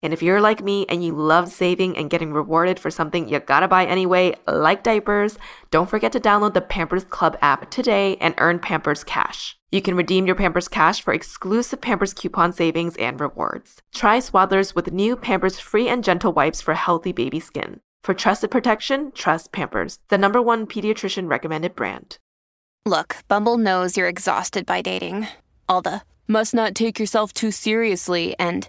[SPEAKER 1] And if you're like me and you love saving and getting rewarded for something you gotta buy anyway, like diapers, don't forget to download the Pampers Club app today and earn Pampers Cash. You can redeem your Pampers Cash for exclusive Pampers coupon savings and rewards. Try Swaddlers with new Pampers Free and Gentle wipes for healthy baby skin. For trusted protection, trust Pampers, the number one pediatrician recommended brand.
[SPEAKER 5] Look, Bumble knows you're exhausted by dating. All the must not take yourself too seriously and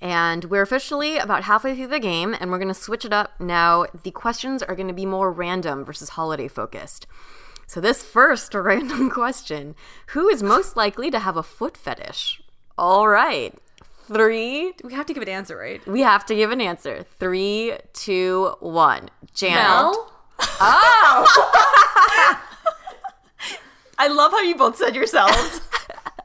[SPEAKER 2] And we're officially about halfway through the game, and we're going to switch it up now. The questions are going to be more random versus holiday focused. So, this first random question Who is most likely to have a foot fetish? All right. Three.
[SPEAKER 4] We have to give an answer, right?
[SPEAKER 2] We have to give an answer. Three, two, one. Janet.
[SPEAKER 4] Mel? Oh.
[SPEAKER 3] I love how you both said yourselves.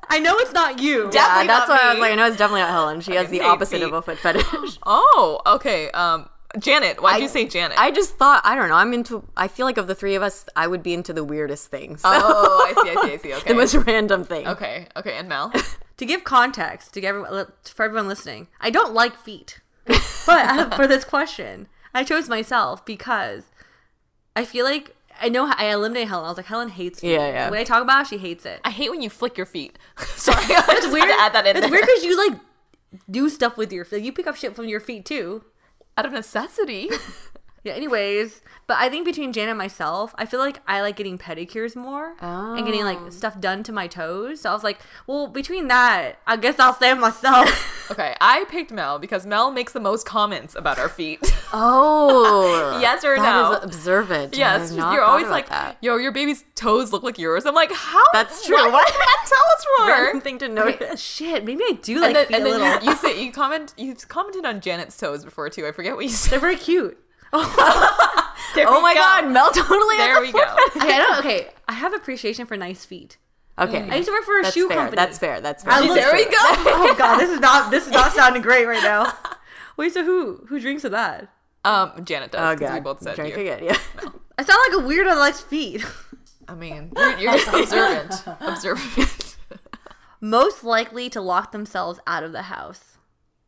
[SPEAKER 4] I know it's not you.
[SPEAKER 2] Yeah,
[SPEAKER 3] Definitely
[SPEAKER 2] that's
[SPEAKER 3] not
[SPEAKER 2] why I was
[SPEAKER 3] me.
[SPEAKER 2] like, I know it's definitely not Helen. She has the
[SPEAKER 3] Maybe.
[SPEAKER 2] opposite of a foot fetish.
[SPEAKER 3] oh, okay. Um, Janet, why'd you say Janet?
[SPEAKER 2] I just thought, I don't know. I'm into, I feel like of the three of us, I would be into the weirdest things. So.
[SPEAKER 3] oh, I see, I see, I see. Okay.
[SPEAKER 2] the most random thing.
[SPEAKER 3] okay, okay, and Mel.
[SPEAKER 4] To give context to give everyone, for everyone listening, I don't like feet. but uh, for this question, I chose myself because I feel like I know I eliminated Helen. I was like, Helen hates feet.
[SPEAKER 2] Yeah, yeah.
[SPEAKER 4] When I talk about it, she hates it.
[SPEAKER 3] I hate when you flick your feet. Sorry, I just had to add that in
[SPEAKER 4] It's
[SPEAKER 3] there.
[SPEAKER 4] weird because you like do stuff with your feet. You pick up shit from your feet too.
[SPEAKER 3] Out of necessity.
[SPEAKER 4] Yeah. Anyways, but I think between Jan and myself, I feel like I like getting pedicures more and getting like stuff done to my toes. So I was like, well, between that, I guess I'll say myself.
[SPEAKER 3] Okay, I picked Mel because Mel makes the most comments about our feet.
[SPEAKER 2] Oh.
[SPEAKER 3] Yes or
[SPEAKER 2] Uh, that
[SPEAKER 3] no?
[SPEAKER 2] is observant. I
[SPEAKER 3] yes,
[SPEAKER 2] have not
[SPEAKER 3] you're
[SPEAKER 2] thought
[SPEAKER 3] always
[SPEAKER 2] about
[SPEAKER 3] like,
[SPEAKER 2] that.
[SPEAKER 3] yo, your baby's toes look like yours. I'm like, how?
[SPEAKER 2] That's true.
[SPEAKER 3] Why
[SPEAKER 2] What?
[SPEAKER 3] did that tell us wrong?
[SPEAKER 2] Random thing to notice.
[SPEAKER 4] shit, maybe I do
[SPEAKER 3] And
[SPEAKER 4] like
[SPEAKER 3] then,
[SPEAKER 4] feet
[SPEAKER 3] and
[SPEAKER 4] a little.
[SPEAKER 3] then you, you say you comment you commented on Janet's toes before too. I forget what you said.
[SPEAKER 4] They're very cute.
[SPEAKER 3] There
[SPEAKER 2] Oh
[SPEAKER 3] we
[SPEAKER 2] my
[SPEAKER 3] go.
[SPEAKER 2] god, Mel totally has
[SPEAKER 3] There
[SPEAKER 2] a
[SPEAKER 3] we
[SPEAKER 2] foot
[SPEAKER 3] go.
[SPEAKER 4] Okay, I don't, okay, I have appreciation for nice feet.
[SPEAKER 2] Okay.
[SPEAKER 4] I used to work for a
[SPEAKER 2] that's
[SPEAKER 4] Mm. shoe
[SPEAKER 2] fair.
[SPEAKER 4] company.
[SPEAKER 2] That's fair. That's fair.
[SPEAKER 4] I look-
[SPEAKER 3] There we go.
[SPEAKER 4] oh god, this is not this is not sounding great right now. Wait, so who who drinks of that?
[SPEAKER 3] Um, Janet does
[SPEAKER 2] Oh
[SPEAKER 3] because
[SPEAKER 2] god.
[SPEAKER 3] we both said
[SPEAKER 2] Drink
[SPEAKER 3] you.
[SPEAKER 2] again, yeah.
[SPEAKER 4] I sound like a weirdo that likes feet.
[SPEAKER 3] I mean, you're, you're just observant. observant.
[SPEAKER 4] most likely to lock themselves out of the house.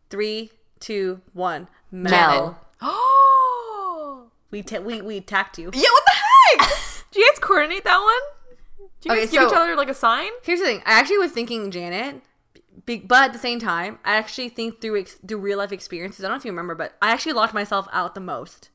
[SPEAKER 4] Three, two, one. Mel.
[SPEAKER 2] Mel.
[SPEAKER 3] Oh.
[SPEAKER 4] We, ta- we we attacked you.
[SPEAKER 3] Yeah. What the heck? Do you guys coordinate that one? Do you
[SPEAKER 4] Okay,
[SPEAKER 3] guys give each
[SPEAKER 4] so-
[SPEAKER 3] other like a sign?
[SPEAKER 4] Here's the thing. I actually was thinking Janet, be- but at the same time, I actually think through ex- through real life experiences. I don't know if you remember, but I actually locked myself out the most.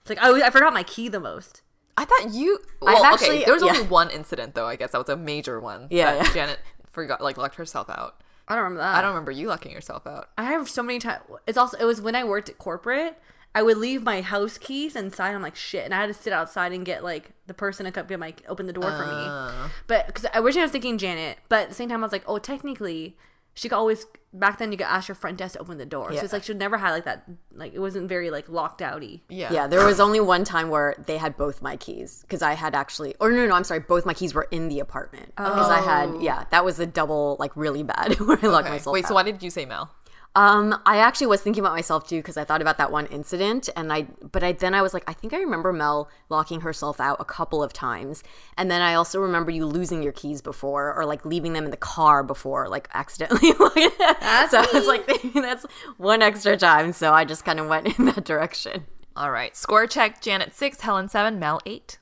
[SPEAKER 4] It's like I, always- I forgot my key the most.
[SPEAKER 3] I thought you.
[SPEAKER 2] I've
[SPEAKER 3] Well, okay,
[SPEAKER 2] actually-
[SPEAKER 3] there was
[SPEAKER 2] yeah.
[SPEAKER 3] only one incident though. I guess that was a major one.
[SPEAKER 2] Yeah,
[SPEAKER 3] that
[SPEAKER 2] yeah.
[SPEAKER 3] Janet forgot, like, locked herself out.
[SPEAKER 4] I don't remember that.
[SPEAKER 3] I don't remember you locking yourself out.
[SPEAKER 4] I have so many times. It's also it was when I worked at corporate. I would leave my house keys inside. I'm like shit, and I had to sit outside and get like the person to come get my open the door for me. But because I originally was thinking Janet, but at the same time I was like, oh, technically she could always back then you could ask your front desk to open the door. So it's like she never had like that. Like it wasn't very like locked outy.
[SPEAKER 3] Yeah.
[SPEAKER 2] Yeah, there was only one time where they had both my keys because I had actually, or no, no, no, I'm sorry, both my keys were in the apartment because I had, yeah, that was the double, like really bad where I locked
[SPEAKER 3] Oh. Okay.
[SPEAKER 2] myself.
[SPEAKER 3] Wait,
[SPEAKER 2] out.
[SPEAKER 3] so why did you say Mel?
[SPEAKER 2] Um, I actually was thinking about myself too because I thought about that one incident, and I, but I then I was like, I think I remember Mel locking herself out a couple of times, and then I also remember you losing your keys before, or like leaving them in the car before, like accidentally. so I was like, that's one extra time. So I just kind of went in that direction.
[SPEAKER 3] All right. Score check Janet 6, Helen 7, Mel 8.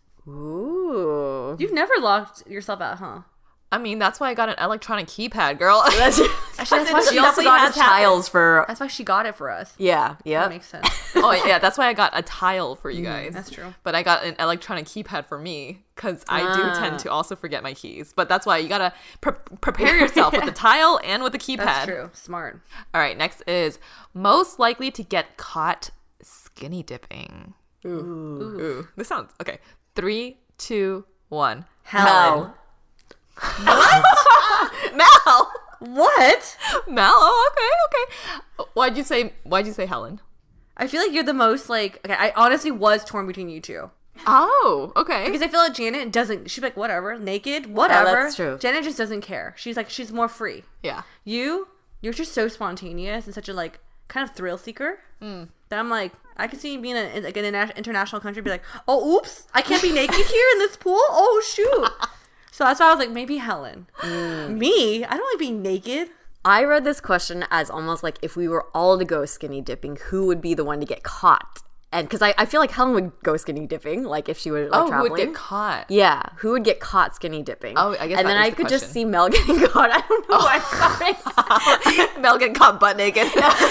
[SPEAKER 2] Ooh.
[SPEAKER 4] You've never locked yourself out, huh?
[SPEAKER 3] I mean, that's why I got an electronic keypad, girl.
[SPEAKER 4] Actually, that's why she,
[SPEAKER 2] She also got his tiles for.
[SPEAKER 4] that's why she got it for us.
[SPEAKER 2] Yeah,
[SPEAKER 4] That
[SPEAKER 2] yeah.
[SPEAKER 4] makes sense.
[SPEAKER 3] oh yeah, that's why I got a tile for
[SPEAKER 2] Mm,
[SPEAKER 3] you guys.
[SPEAKER 4] that's true.
[SPEAKER 3] But I got an electronic keypad for me because I do
[SPEAKER 2] Ah.
[SPEAKER 3] tend to also forget my keys. But that's why you gotta pre- prepare yourself with the tile and with the keypad.
[SPEAKER 4] That's true. Smart.
[SPEAKER 3] All right, next is most likely to get caught skinny dipping. Ooh, this sounds okay. Three, two, one.
[SPEAKER 4] Helen.
[SPEAKER 3] Mel,
[SPEAKER 4] What?
[SPEAKER 3] Mel. Oh, okay, okay. Why'd you say? Why'd you say Helen?
[SPEAKER 4] I feel like you're the most like okay, I honestly was torn between you two.
[SPEAKER 3] Oh, okay.
[SPEAKER 4] Because I feel like Janet doesn't she's like, whatever, naked, whatever.
[SPEAKER 2] Oh, that's true.
[SPEAKER 4] Janet just doesn't care. She's like she's more free.
[SPEAKER 3] Yeah.
[SPEAKER 4] You, you're just so spontaneous and such a like kind of thrill seeker.
[SPEAKER 2] Hmm.
[SPEAKER 4] That I'm like, I could see you being in like an interna- international country be like, Oh oops, I can't be naked here in this pool. Oh shoot. So that's why I was like, maybe Helen.
[SPEAKER 2] Hmm.
[SPEAKER 4] Me? I don't like being naked.
[SPEAKER 2] I read this question as almost like if we were all to go skinny dipping, who would be the one to get caught? And because I, I feel like Helen would go skinny dipping, like if she were like,
[SPEAKER 3] Oh, who
[SPEAKER 2] traveling.
[SPEAKER 3] would get caught?
[SPEAKER 2] Yeah, who would get caught skinny dipping?
[SPEAKER 3] Oh, I guess
[SPEAKER 2] And
[SPEAKER 3] that
[SPEAKER 2] then
[SPEAKER 3] is
[SPEAKER 2] I
[SPEAKER 3] the
[SPEAKER 2] could
[SPEAKER 3] question.
[SPEAKER 2] just see Mel getting caught. I don't know why.
[SPEAKER 4] Oh.
[SPEAKER 2] Sorry.
[SPEAKER 3] Mel getting caught butt naked.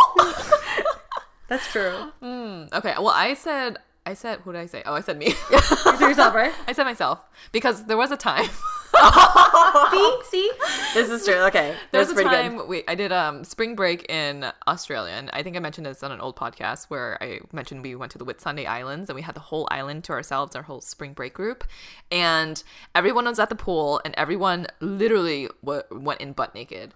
[SPEAKER 4] That's true.
[SPEAKER 3] Okay. Well, I said, I said, who did I say? Oh, I said me.
[SPEAKER 4] You said yourself, right?
[SPEAKER 3] I said myself because there was a time.
[SPEAKER 4] see? Oh. See?
[SPEAKER 2] this is true. Okay,
[SPEAKER 3] There was
[SPEAKER 2] that's
[SPEAKER 3] a
[SPEAKER 2] pretty
[SPEAKER 3] time
[SPEAKER 2] good.
[SPEAKER 3] we I did um spring break in Australia, and I think I mentioned this on an old podcast where I mentioned we went to the Whitsunday Islands and we had the whole island to ourselves, our whole spring break group, and everyone was at the pool and everyone literally w- went in butt naked.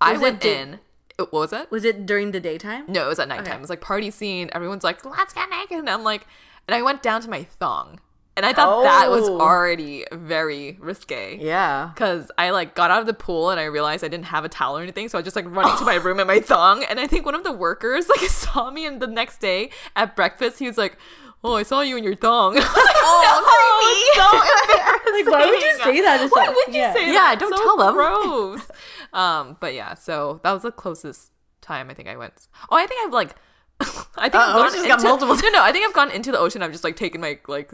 [SPEAKER 3] I
[SPEAKER 4] Was it
[SPEAKER 3] went
[SPEAKER 4] di-
[SPEAKER 3] in. What was it?
[SPEAKER 4] Was it during the daytime?
[SPEAKER 3] No, it was at nighttime. It was like party scene. Everyone's like, let's get naked. And I'm like, and I went down to my thong. And I thought that was
[SPEAKER 2] Oh.
[SPEAKER 3] already very risque.
[SPEAKER 2] Yeah.
[SPEAKER 3] Cause I like got out of the pool and I realized I didn't have a towel or anything. So I was just like running to my room in my thong. And I think one of the workers like saw me and the next day at breakfast, he was like, Oh, I saw you in your thong. oh,
[SPEAKER 4] Like, why would you say that? It's
[SPEAKER 3] Why
[SPEAKER 4] like-
[SPEAKER 3] would you
[SPEAKER 4] yeah.
[SPEAKER 3] say that?
[SPEAKER 2] Yeah, don't
[SPEAKER 3] So
[SPEAKER 2] tell them.
[SPEAKER 3] Gross. um, but yeah, so that was the closest time I think I went. Oh, I think I've like, I think
[SPEAKER 2] Uh-oh,
[SPEAKER 3] I've gone
[SPEAKER 2] she's
[SPEAKER 3] into,
[SPEAKER 2] got multiple-
[SPEAKER 3] No, no, I think I've gone into the ocean. I've just like taken my like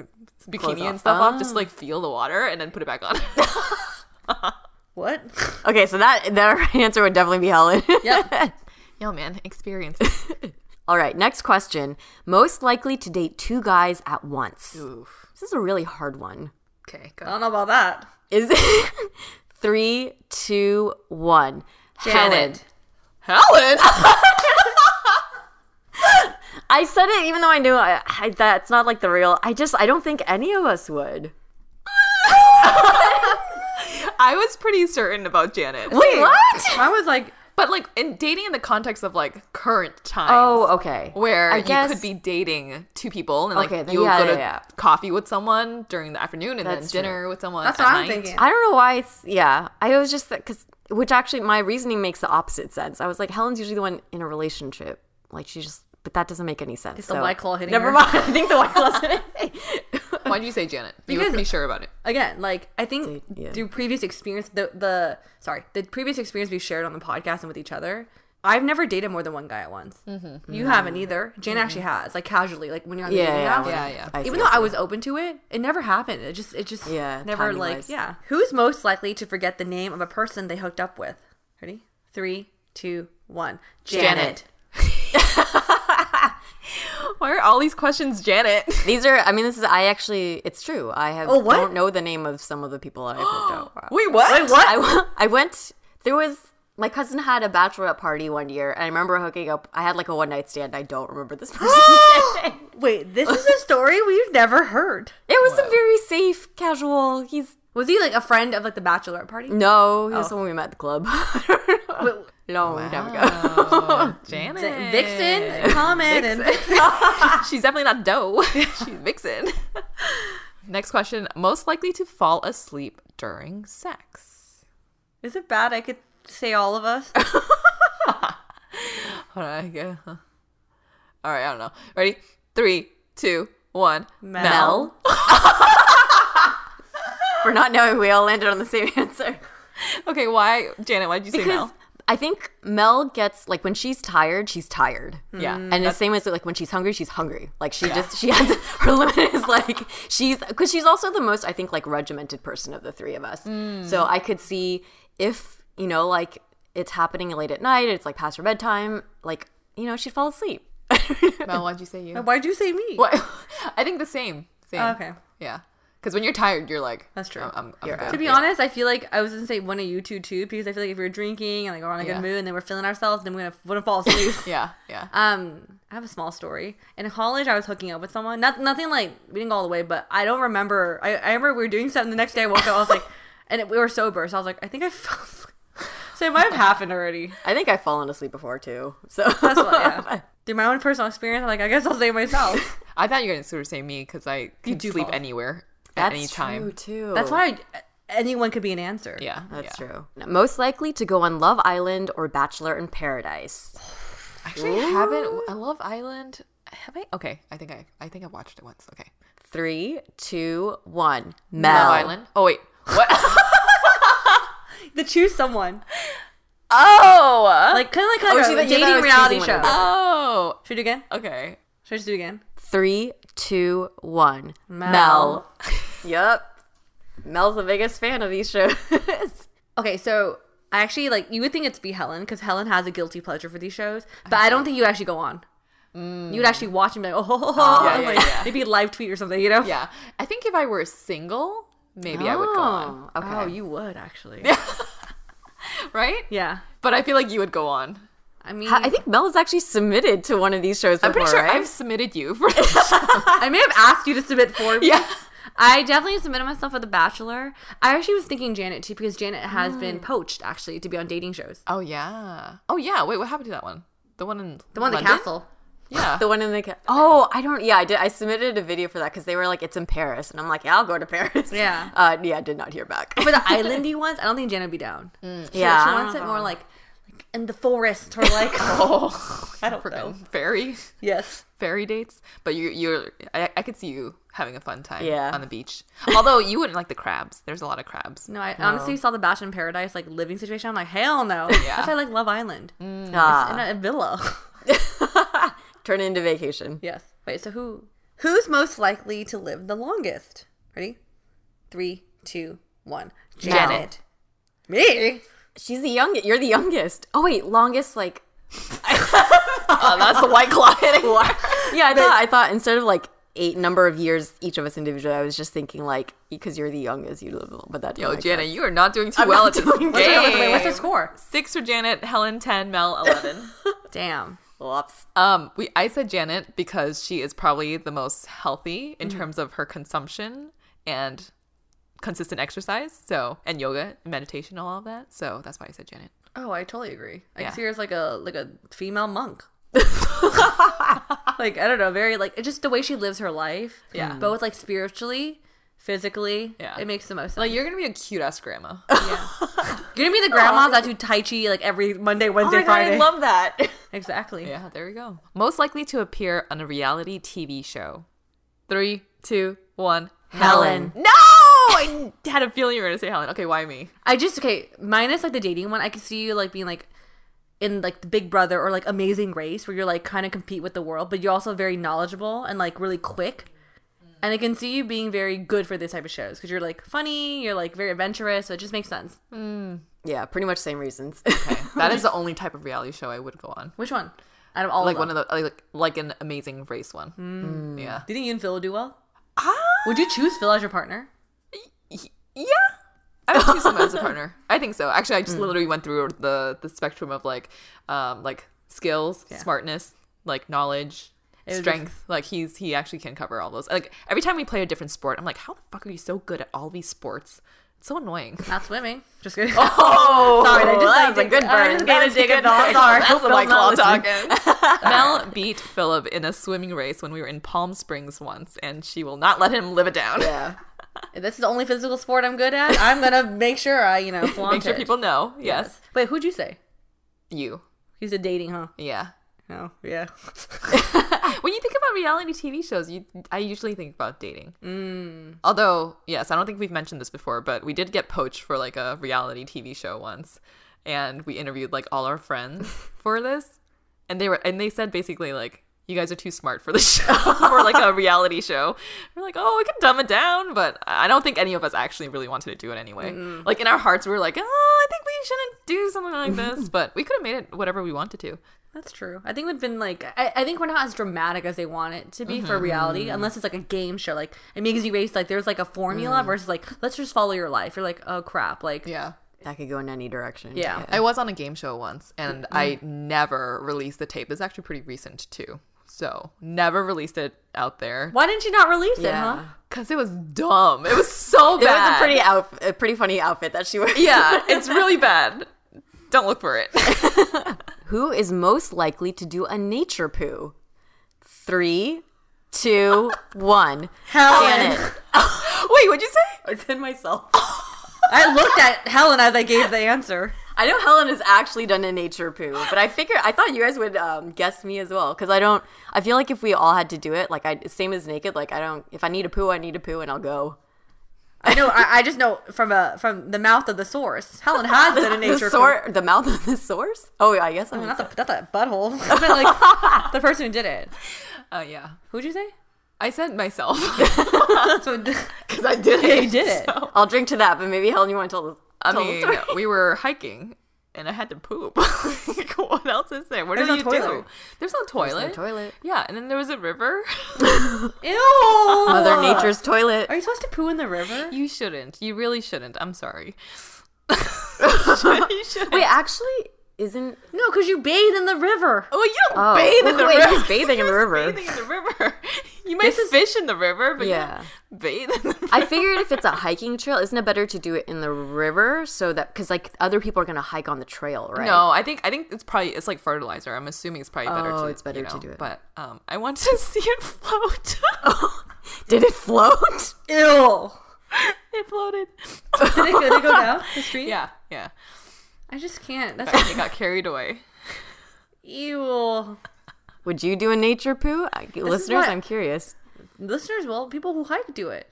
[SPEAKER 3] bikini and
[SPEAKER 2] off.
[SPEAKER 3] stuff off,
[SPEAKER 4] Ah.
[SPEAKER 3] just to, like feel the water and then put it back on.
[SPEAKER 4] What?
[SPEAKER 2] Okay, so that their answer would definitely be Helen.
[SPEAKER 3] Yo, Oh, man, experiences.
[SPEAKER 2] All right, next question. Most likely to date two guys at once. This is a really hard one.
[SPEAKER 3] okay,
[SPEAKER 4] I
[SPEAKER 3] go.
[SPEAKER 4] don't know about that.
[SPEAKER 2] Is it three, two, one? Helen.
[SPEAKER 4] Janet.
[SPEAKER 3] Helen.
[SPEAKER 2] I said it even though I knew I, I, that's not like the real. I just I don't think any of us would.
[SPEAKER 3] I was pretty certain about Janet,
[SPEAKER 2] Wait, what?
[SPEAKER 4] I was like,
[SPEAKER 3] but like in dating in the context of like current times.
[SPEAKER 2] Oh, okay.
[SPEAKER 3] where
[SPEAKER 2] I
[SPEAKER 3] you
[SPEAKER 2] guess-
[SPEAKER 3] could be dating two people and like
[SPEAKER 2] Okay, then-
[SPEAKER 3] you'll
[SPEAKER 2] yeah,
[SPEAKER 3] go
[SPEAKER 2] yeah,
[SPEAKER 3] to
[SPEAKER 2] yeah.
[SPEAKER 3] coffee with someone during the afternoon and
[SPEAKER 2] That's
[SPEAKER 3] then dinner with someone.
[SPEAKER 4] that's
[SPEAKER 3] at
[SPEAKER 4] what I'm
[SPEAKER 3] night.
[SPEAKER 4] thinking.
[SPEAKER 2] I don't know why it's yeah. I was just because which actually my reasoning makes the opposite sense. I was like Helen's usually the one in a relationship, like she just but that doesn't make any sense.
[SPEAKER 4] the
[SPEAKER 2] so-
[SPEAKER 4] White Claw hitting
[SPEAKER 2] Never
[SPEAKER 4] her.
[SPEAKER 2] mind. I think the white claw's hitting.
[SPEAKER 3] Why did you say Janet? You
[SPEAKER 4] Because-
[SPEAKER 3] were pretty sure about it.
[SPEAKER 4] Again, like I think
[SPEAKER 2] Dude, yeah.
[SPEAKER 4] through previous experience, the the sorry, the previous experience we've shared on the podcast and with each other, I've never dated more than one guy at once. You haven't either. Jane actually has, like casually, like when you're on the
[SPEAKER 2] Mm-hmm. Yeah,
[SPEAKER 4] dating
[SPEAKER 2] yeah,
[SPEAKER 3] yeah,
[SPEAKER 4] app.
[SPEAKER 3] yeah.
[SPEAKER 2] I see,
[SPEAKER 4] Even though I was open to it, it never happened. It just, it just,
[SPEAKER 2] Yeah,
[SPEAKER 4] never
[SPEAKER 2] timing
[SPEAKER 4] like,
[SPEAKER 2] wise.
[SPEAKER 4] yeah. Who's most likely to forget the name of a person they hooked up with? Ready? Three, two, one.
[SPEAKER 3] Janet.
[SPEAKER 4] Janet.
[SPEAKER 3] Why are all these questions Janet?
[SPEAKER 2] These are. I mean, this is. I actually. It's true. I have.
[SPEAKER 4] what?
[SPEAKER 2] Don't know the name of some of the people that I've hooked up. with.
[SPEAKER 3] Wait, what?
[SPEAKER 2] I, I went. There was My cousin had a bachelorette party one year, and I remember hooking up. I had like a one night stand. I don't remember this person's name.
[SPEAKER 4] Wait, this is a story we've never heard.
[SPEAKER 2] It was a very safe, casual. He's
[SPEAKER 4] Was he like a friend of like the bachelor party?
[SPEAKER 2] no, he was someone we met at the club. Long time ago.
[SPEAKER 3] Janet.
[SPEAKER 4] Vixen, comment and
[SPEAKER 3] She's definitely not dough. She's Vixen. Next question. Most likely to fall asleep during sex.
[SPEAKER 4] is it bad? I could say all of us.
[SPEAKER 3] Hold on. I go- huh. All right. I don't know. Ready? Three, two, one.
[SPEAKER 4] Mel.
[SPEAKER 2] Mel. For not knowing, we all landed on the same answer.
[SPEAKER 3] Okay. Why, Janet? Why did you say
[SPEAKER 2] Because
[SPEAKER 3] Mel?
[SPEAKER 2] I think Mel gets like when she's tired, she's tired.
[SPEAKER 3] Yeah.
[SPEAKER 2] And the same as like when she's hungry, she's hungry. Like she just she has her limit is like she's because she's also the most I think like regimented person of the three of us.
[SPEAKER 4] Mm.
[SPEAKER 2] So I could see if you know like it's happening late at night, it's like past her bedtime, like you know she'd fall asleep.
[SPEAKER 3] Mel, why'd you say you? Oh,
[SPEAKER 4] Why'd you say me?
[SPEAKER 3] What? I think the same. Same.
[SPEAKER 4] Okay.
[SPEAKER 3] Yeah. Because when you're tired, you're like.
[SPEAKER 4] That's true.
[SPEAKER 3] I'm, I'm, I'm good.
[SPEAKER 4] To be honest, I feel like I was gonna say one of you two too, because I feel like if we were drinking and like we're on a good
[SPEAKER 3] Yeah.
[SPEAKER 4] mood and then we're feeling ourselves, then we're gonna wouldn't fall asleep.
[SPEAKER 3] Yeah. Yeah.
[SPEAKER 4] Um, I have a small story. In college, I was hooking up with someone. Not nothing like we didn't go all the way, but I don't remember. I, I remember we were doing something. The next day, I woke up. I was like, and we were sober, so I was like, I think I fell. asleep. So it might have happened already.
[SPEAKER 2] I think I've fallen asleep before too. So
[SPEAKER 4] That's what, yeah. Through my own personal experience, I'm like, I guess I'll say myself.
[SPEAKER 3] I thought you were going to sort of say me because I can
[SPEAKER 4] do
[SPEAKER 3] sleep
[SPEAKER 4] fall.
[SPEAKER 3] anywhere at any time.
[SPEAKER 2] true too.
[SPEAKER 4] That's why I, anyone could be an answer.
[SPEAKER 3] Yeah.
[SPEAKER 2] That's
[SPEAKER 3] yeah.
[SPEAKER 2] true. Most likely to go on Love Island or Bachelor in Paradise.
[SPEAKER 3] Actually, I haven't. I love Island. Have I? Okay. I think I. I think I watched it once. Okay.
[SPEAKER 2] Three, two, one. Mel.
[SPEAKER 3] Love Island. Oh wait. What?
[SPEAKER 4] The choose someone,
[SPEAKER 3] oh.
[SPEAKER 4] like kind of like a
[SPEAKER 2] she thought- you thought I
[SPEAKER 4] dating
[SPEAKER 2] was
[SPEAKER 4] reality
[SPEAKER 2] choosing
[SPEAKER 4] show.
[SPEAKER 2] one of
[SPEAKER 3] Oh.
[SPEAKER 4] Should we do again?
[SPEAKER 3] Okay.
[SPEAKER 4] Should I just do it again?
[SPEAKER 2] Three, two, one. Mel. yep. Mel's the biggest fan of these shows.
[SPEAKER 4] Okay, so I actually like you would think it's be Helen because Helen has a guilty pleasure for these shows, but I don't think you actually go on. You'd actually watch and be like, oh, ho, ho, ho,"
[SPEAKER 3] Mm. Yeah,
[SPEAKER 4] and,
[SPEAKER 3] yeah,
[SPEAKER 4] like,
[SPEAKER 3] yeah.
[SPEAKER 4] maybe live tweet or something, you know?
[SPEAKER 3] Yeah. I think if I were single, maybe I would go on.
[SPEAKER 2] okay.
[SPEAKER 4] Oh, you would actually. Yeah.
[SPEAKER 3] Right? But I feel like you would go on.
[SPEAKER 4] I mean,
[SPEAKER 2] I think Mel has actually submitted to one of these shows before,
[SPEAKER 3] I'm pretty sure
[SPEAKER 2] right?
[SPEAKER 3] I've submitted you for this show.
[SPEAKER 4] I may have asked you to submit for me.
[SPEAKER 3] Yeah.
[SPEAKER 4] I definitely submitted myself for The Bachelor. I actually was thinking Janet too because Janet has
[SPEAKER 3] Mm.
[SPEAKER 4] been poached actually to be on dating shows.
[SPEAKER 3] Oh yeah. Oh yeah. Wait, what happened to that one? The one in
[SPEAKER 4] The one, in the
[SPEAKER 3] London?
[SPEAKER 4] castle.
[SPEAKER 3] Yeah.
[SPEAKER 2] the one in the ca- oh I don't yeah I did I submitted a video for that because they were like it's in Paris and I'm like yeah I'll go to Paris
[SPEAKER 4] Yeah.
[SPEAKER 2] uh, yeah I did not hear back
[SPEAKER 4] For the islandy ones, I don't think Janet would be down.
[SPEAKER 3] Mm.
[SPEAKER 4] She,
[SPEAKER 2] Yeah.
[SPEAKER 4] She wants it more like, like in the forest or like.
[SPEAKER 3] Oh. I don't know. Fairy.
[SPEAKER 4] yes.
[SPEAKER 3] Fairy dates, but you you're I, I could see you having a fun time
[SPEAKER 2] Yeah.
[SPEAKER 3] on the beach. Although you wouldn't like the crabs. There's a lot of crabs.
[SPEAKER 4] No, I honestly saw the Bachelor in Paradise like living situation. I'm like, hell no. That's why I like Love Island
[SPEAKER 2] Ah.
[SPEAKER 4] and a villa.
[SPEAKER 2] turn it into vacation
[SPEAKER 4] yes. Wait. So who who's most likely to live the longest? Ready? Three, two, one. Janet. Me.
[SPEAKER 2] she's the youngest you're the youngest oh wait longest like
[SPEAKER 3] Oh, that's the white claw hitting.
[SPEAKER 2] Yeah, I thought I thought instead of like eight number of years each of us individually, I was just thinking like because you're the youngest, you live, but that
[SPEAKER 3] Yo,
[SPEAKER 2] doesn't make
[SPEAKER 3] Janet,
[SPEAKER 2] sense.
[SPEAKER 3] you are not doing too well at this game.
[SPEAKER 4] Wait, wait, wait, what's the score?
[SPEAKER 3] Six for Janet, Helen ten, Mel eleven.
[SPEAKER 4] Damn.
[SPEAKER 2] Whoops.
[SPEAKER 3] Um, we I said Janet because she is probably the most healthy in terms of her consumption and consistent exercise. So and yoga, and meditation, all of that. So that's why I said Janet.
[SPEAKER 4] Oh, I totally agree. I
[SPEAKER 3] Yeah.
[SPEAKER 4] see her as like a like a female monk. like I don't know, very like it's just the way she lives her life. Yeah. Both like spiritually, physically.
[SPEAKER 3] Yeah.
[SPEAKER 4] It makes the most sense.
[SPEAKER 3] Like you're gonna be a cute ass grandma.
[SPEAKER 4] You're gonna be the grandmas that do tai chi like every
[SPEAKER 3] Oh
[SPEAKER 4] Monday, Wednesday, Friday.
[SPEAKER 2] love that.
[SPEAKER 4] exactly.
[SPEAKER 3] yeah, there we go. Most likely to appear on a reality TV show. Three, two, one.
[SPEAKER 2] Helen.
[SPEAKER 3] No, I had a feeling you were gonna say Helen. Okay, why me?
[SPEAKER 4] I just okay, minus like the dating one, I could see you like being like in like the Big Brother or like Amazing Race, where you're like kind of compete with the world, but you're also very knowledgeable and like really quick.
[SPEAKER 3] Mm.
[SPEAKER 4] And I can see you being very good for this type of shows because you're like funny, you're like very adventurous, so it just makes sense.
[SPEAKER 2] Yeah, pretty much same reasons.
[SPEAKER 3] That is the only type of reality show I would go on.
[SPEAKER 4] Which one? Out of all
[SPEAKER 3] Like
[SPEAKER 4] of
[SPEAKER 3] one
[SPEAKER 4] them.
[SPEAKER 3] of the like, like an amazing race one. Yeah. Ah.
[SPEAKER 4] do you think you and Phil would do well? Would you choose Phil as your partner?
[SPEAKER 3] Y- Yeah. I would choose someone as a partner. I think so. Actually, I just literally went through the the spectrum of like, um, like skills, smartness, like knowledge, strength. Like he's he actually can cover all those. Like every time we play a different sport, I'm like, how the fuck are you so good at all these sports? It's so annoying.
[SPEAKER 4] Not swimming. Just kidding.
[SPEAKER 3] Oh,
[SPEAKER 4] sorry, I just
[SPEAKER 3] that
[SPEAKER 4] like
[SPEAKER 3] was a
[SPEAKER 4] dig-
[SPEAKER 3] good
[SPEAKER 4] I
[SPEAKER 3] burn.
[SPEAKER 4] just
[SPEAKER 3] That
[SPEAKER 4] gotta
[SPEAKER 3] was
[SPEAKER 4] dig
[SPEAKER 3] a
[SPEAKER 4] a
[SPEAKER 3] good
[SPEAKER 4] ball.
[SPEAKER 3] burn.
[SPEAKER 4] Sorry,
[SPEAKER 3] That's
[SPEAKER 4] hope
[SPEAKER 3] my
[SPEAKER 4] Phil's not
[SPEAKER 3] claw talking. Mel beat Philip in a swimming race when we were in Palm Springs once, and she will not let him live it down.
[SPEAKER 4] Yeah. If this is the only physical sport I'm good at, I'm gonna make sure I, you know, flaunt
[SPEAKER 3] Make sure
[SPEAKER 4] it.
[SPEAKER 3] people know. Yes,
[SPEAKER 4] Wait, who'd you say?
[SPEAKER 3] you.
[SPEAKER 4] You said dating, huh?
[SPEAKER 3] Yeah.
[SPEAKER 4] Oh, yeah.
[SPEAKER 3] when you think about reality TV shows, you I usually think about dating. Mm. Although, yes, I don't think we've mentioned this before, but we did get poached for like a reality TV show once, and we interviewed like all our friends for this, and they were and they said basically like. You guys are too smart for the show, for like a reality show. We're like, oh, we can dumb it down, but I don't think any of us actually really wanted to do it anyway. Like in our hearts, we were like, oh, I think we shouldn't do something like this, but we could have made it whatever we wanted to.
[SPEAKER 4] That's true. I think we've been like, I, I think we're not as dramatic as they want it to be
[SPEAKER 3] Mm-hmm.
[SPEAKER 4] for reality, unless it's like a game show. Like, it makes you race, like, there's like a formula versus like, let's just follow your life. You're like, oh crap. Like,
[SPEAKER 3] Mm. Yeah.
[SPEAKER 2] That could go in any direction.
[SPEAKER 4] yeah.
[SPEAKER 3] I was on a game show once and I never released the tape. It's actually pretty recent too. So, never released it out there
[SPEAKER 4] Why didn't you not release it, huh?
[SPEAKER 3] cuz it was dumb. It was so
[SPEAKER 2] It was a
[SPEAKER 3] bad.
[SPEAKER 2] pretty out, a pretty funny outfit that she wore.
[SPEAKER 3] Yeah, it's really bad. Don't look for it.
[SPEAKER 2] Who is most likely to do a nature poo? Three, two, one.
[SPEAKER 4] Helen.
[SPEAKER 2] Janet.
[SPEAKER 3] Wait, what'd you say?
[SPEAKER 2] I said myself.
[SPEAKER 4] I looked at Helen as I gave the answer.
[SPEAKER 2] I know Helen has actually done a nature poo, but I figure I thought you guys would um, guess me as well because I don't. I feel like if we all had to do it, like I same as naked, like I don't. If I need a poo, I need a poo, and I'll go.
[SPEAKER 4] I know. I, I just know from a from the mouth of the source. Helen has been a
[SPEAKER 2] the
[SPEAKER 4] nature.
[SPEAKER 2] sor- the mouth of the source. Oh, I guess I'm.
[SPEAKER 4] not the, not that butthole. I meant like the person who did it.
[SPEAKER 3] Oh, yeah.
[SPEAKER 4] Who'd you say?
[SPEAKER 3] I said myself.
[SPEAKER 4] That's what.
[SPEAKER 3] cuz I did
[SPEAKER 4] Yeah,
[SPEAKER 3] it.
[SPEAKER 4] you did it.
[SPEAKER 2] I'll drink to that, but maybe Helen, you want to tell the
[SPEAKER 3] I
[SPEAKER 2] tell the
[SPEAKER 3] mean,
[SPEAKER 2] story?
[SPEAKER 3] we were hiking and I had to poop. Like, what else is there? What
[SPEAKER 4] There's
[SPEAKER 3] do
[SPEAKER 4] no
[SPEAKER 3] you do?
[SPEAKER 4] toilet.
[SPEAKER 3] There's no toilet.
[SPEAKER 2] toilet.
[SPEAKER 3] Yeah, and then there was a river.
[SPEAKER 4] Ew.
[SPEAKER 2] Mother Nature's toilet.
[SPEAKER 4] Are you supposed to poo in the river?
[SPEAKER 3] You shouldn't. You really shouldn't. I'm sorry. you shouldn't.
[SPEAKER 2] Wait, actually, isn't Oh.
[SPEAKER 4] No, because you bathe in the river.
[SPEAKER 3] well, you don't bathe in the
[SPEAKER 2] Wait,
[SPEAKER 3] river.
[SPEAKER 2] who's bathing in the
[SPEAKER 3] Who's
[SPEAKER 2] river?
[SPEAKER 3] Mm-hmm. Bathing in the river. You might fish in the river, but yeah,
[SPEAKER 2] Yeah.
[SPEAKER 3] bathe in the river.
[SPEAKER 2] I figured if it's a hiking trail, isn't it better to do it in the river so that because like other people are gonna hike on the trail, right?
[SPEAKER 3] No, I think I think it's probably it's like fertilizer. I'm assuming it's probably better
[SPEAKER 2] Oh,
[SPEAKER 3] to
[SPEAKER 2] it's better
[SPEAKER 3] you
[SPEAKER 2] to
[SPEAKER 3] know,
[SPEAKER 2] do it.
[SPEAKER 3] But um, I want to see it float.
[SPEAKER 2] Did it float?
[SPEAKER 4] Ew.
[SPEAKER 3] it floated.
[SPEAKER 4] Did it, did it go down the street?
[SPEAKER 3] Yeah, yeah.
[SPEAKER 4] I just can't. That's
[SPEAKER 3] It got carried away.
[SPEAKER 4] ew.
[SPEAKER 2] Would you do a nature poo, I, listeners?
[SPEAKER 4] what-
[SPEAKER 2] I'm curious.
[SPEAKER 4] Listeners, well, people who hike do it.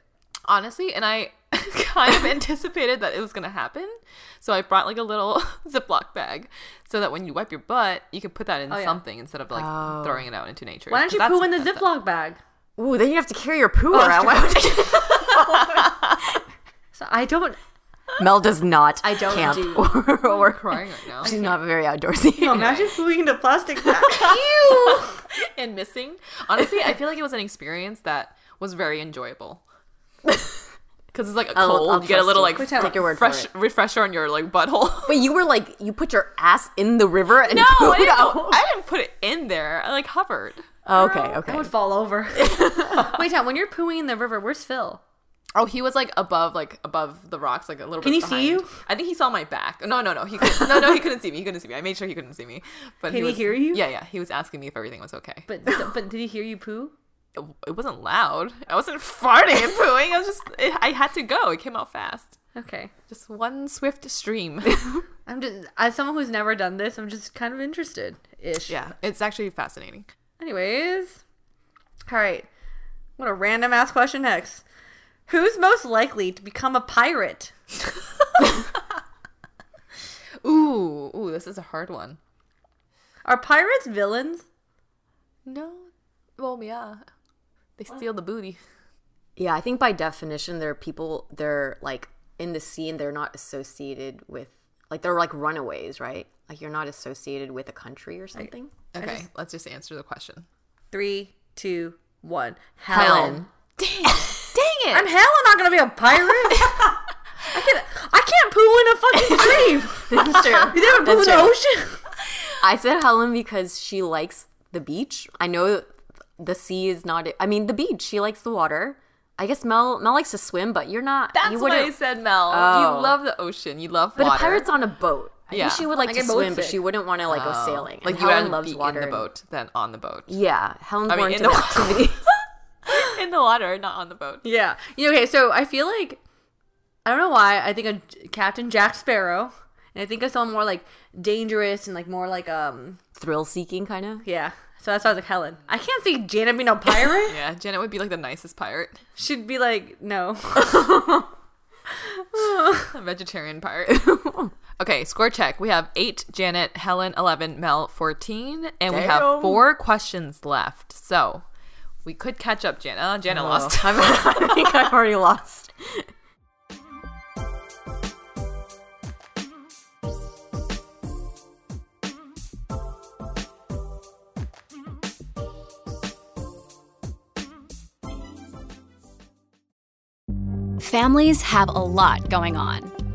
[SPEAKER 3] honestly, and I kind of anticipated that it was gonna happen. So I brought like a little Ziploc bag so that when you wipe your butt, you can put that in
[SPEAKER 4] yeah.
[SPEAKER 3] something instead of like throwing it out into nature.
[SPEAKER 4] Why don't you
[SPEAKER 3] 'Cause that's-
[SPEAKER 4] poo in the
[SPEAKER 3] that's-
[SPEAKER 4] Ziploc bag?
[SPEAKER 2] Ooh, then you have to carry your poo
[SPEAKER 4] that's
[SPEAKER 2] around.
[SPEAKER 4] true.
[SPEAKER 2] Why would you-
[SPEAKER 4] So I don't.
[SPEAKER 2] Mel does not. I
[SPEAKER 4] don't
[SPEAKER 2] camp
[SPEAKER 4] do-
[SPEAKER 2] or, or
[SPEAKER 3] Crying right now
[SPEAKER 2] She's not very outdoorsy.
[SPEAKER 4] Imagine pooing in a plastic bag. ew.
[SPEAKER 3] and missing. Honestly, I feel like it was an experience that was very enjoyable. Because it's like a
[SPEAKER 2] I'll-
[SPEAKER 3] cold,
[SPEAKER 2] I'll
[SPEAKER 3] you get a
[SPEAKER 2] trust
[SPEAKER 3] little
[SPEAKER 2] you.
[SPEAKER 3] like
[SPEAKER 2] Please take your word for
[SPEAKER 3] fresh
[SPEAKER 2] it.
[SPEAKER 3] refresher on your like butthole.
[SPEAKER 2] Wait, you were like you put your ass in the river and
[SPEAKER 3] no, I
[SPEAKER 2] pooed
[SPEAKER 3] didn't,
[SPEAKER 2] out.
[SPEAKER 3] I didn't put it in there. I like hovered.
[SPEAKER 2] okay, okay.
[SPEAKER 4] I would fall over. Wait, Tom, when you're pooing in the river, where's Phil?
[SPEAKER 3] Oh, he was like above, like above the rocks, like a little. Can bit
[SPEAKER 4] he see
[SPEAKER 3] behind.
[SPEAKER 4] you?
[SPEAKER 3] I think he saw my back. No, no, no. He couldn't, no, no. He couldn't see me. He couldn't see me. I made sure he couldn't see me. But
[SPEAKER 4] Can he
[SPEAKER 3] was-
[SPEAKER 4] hear you?
[SPEAKER 3] Yeah, yeah. He was asking me if everything was okay. But
[SPEAKER 4] But but did he hear you poo?
[SPEAKER 3] it, it wasn't loud. I wasn't farting and pooing. I was just. It, I had to go. It came out fast.
[SPEAKER 4] Okay.
[SPEAKER 3] Just one swift stream.
[SPEAKER 4] I'm just as someone who's never done this, I'm just kind of interested ish.
[SPEAKER 3] yeah, it's actually fascinating.
[SPEAKER 4] Anyways, all right. What a random ass question next. Who's most likely to become a pirate?
[SPEAKER 3] Ooh, ooh. This is a hard one.
[SPEAKER 4] Are pirates villains?
[SPEAKER 3] No. Well, yeah. They steal the booty.
[SPEAKER 2] Yeah, I think by definition, they're people, they're like in the sea and they're not associated with, like, they're like runaways, right? Like, you're not associated with a country or something.
[SPEAKER 3] Okay, let's just answer the question.
[SPEAKER 4] Three, two, one.
[SPEAKER 2] Helen.
[SPEAKER 4] I'm hell. I'm not gonna be a pirate. I can't, I can't poo in a fucking stream.
[SPEAKER 2] That's true.
[SPEAKER 4] You never poo in the ocean.
[SPEAKER 2] I said Helen because she likes the beach. I know the sea is not. I mean, the beach. She likes the water. I guess Mel Mel likes to swim, but you're not.
[SPEAKER 3] That's
[SPEAKER 2] you
[SPEAKER 3] what I
[SPEAKER 2] wouldn't-
[SPEAKER 3] said, Mel.
[SPEAKER 2] Oh.
[SPEAKER 3] You love the ocean. You love
[SPEAKER 2] But
[SPEAKER 3] water.
[SPEAKER 2] a pirate's on a boat. I
[SPEAKER 3] Yeah.
[SPEAKER 2] think she would like,
[SPEAKER 4] Like
[SPEAKER 2] to
[SPEAKER 4] a boat
[SPEAKER 2] swim, but
[SPEAKER 4] sick.
[SPEAKER 2] she wouldn't want to like go
[SPEAKER 3] Oh.
[SPEAKER 2] sailing.
[SPEAKER 3] Like
[SPEAKER 2] and
[SPEAKER 3] you
[SPEAKER 2] Helen
[SPEAKER 3] would
[SPEAKER 2] loves
[SPEAKER 3] be
[SPEAKER 2] water.
[SPEAKER 3] in the
[SPEAKER 2] and-
[SPEAKER 3] boat than on the boat.
[SPEAKER 2] Yeah, Helen's
[SPEAKER 3] I
[SPEAKER 2] more
[SPEAKER 3] mean, in
[SPEAKER 2] into
[SPEAKER 3] the
[SPEAKER 2] the
[SPEAKER 3] water.
[SPEAKER 2] activity.
[SPEAKER 3] in the water, not on the boat.
[SPEAKER 4] Yeah. You know, okay, so I feel like I don't know why I think of Captain Jack Sparrow, and I think of someone more like dangerous and like more like um
[SPEAKER 2] Thrill seeking kind of.
[SPEAKER 4] yeah. So that's why I was like Helen. I can't see Janet being a pirate.
[SPEAKER 3] Yeah, Janet would be like the nicest pirate,
[SPEAKER 4] She'd be like no.
[SPEAKER 3] a vegetarian pirate. okay, score check. We have eight Janet, Helen eleven, Mel fourteen, and we have four questions left. So we could catch up, Janet. Uh, Janet lost.
[SPEAKER 2] I think I've already lost.
[SPEAKER 6] Families have a lot going on.